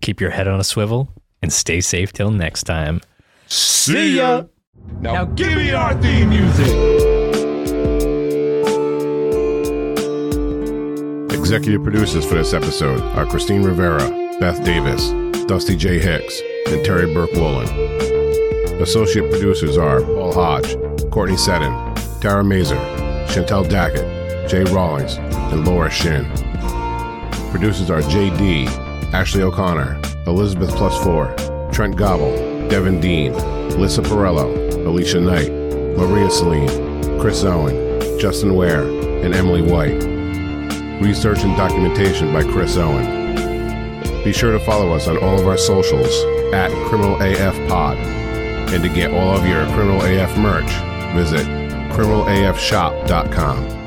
Keep your head on a swivel and stay safe till next time.
See ya. Now, give me our theme music. Executive producers for this episode are Christine Rivera, Beth Davis, Dusty J. Hicks, and Terry Burke Woolen. Associate producers are Paul Hodge, Courtney Seddon, Tara Mazer, Chantel Dackett, Jay Rawlings, and Laura Shin. Producers are JD, Ashley O'Connor, Elizabeth Plus Four, Trent Gobble, Devin Dean, Lissa Perello, Alicia Knight, Maria Celine, Chris Owen, Justin Ware, and Emily White. Research and documentation by Chris Owen. Be sure to follow us on all of our socials at Criminal AF Pod. And to get all of your Criminal AF merch, visit criminalafshop.com.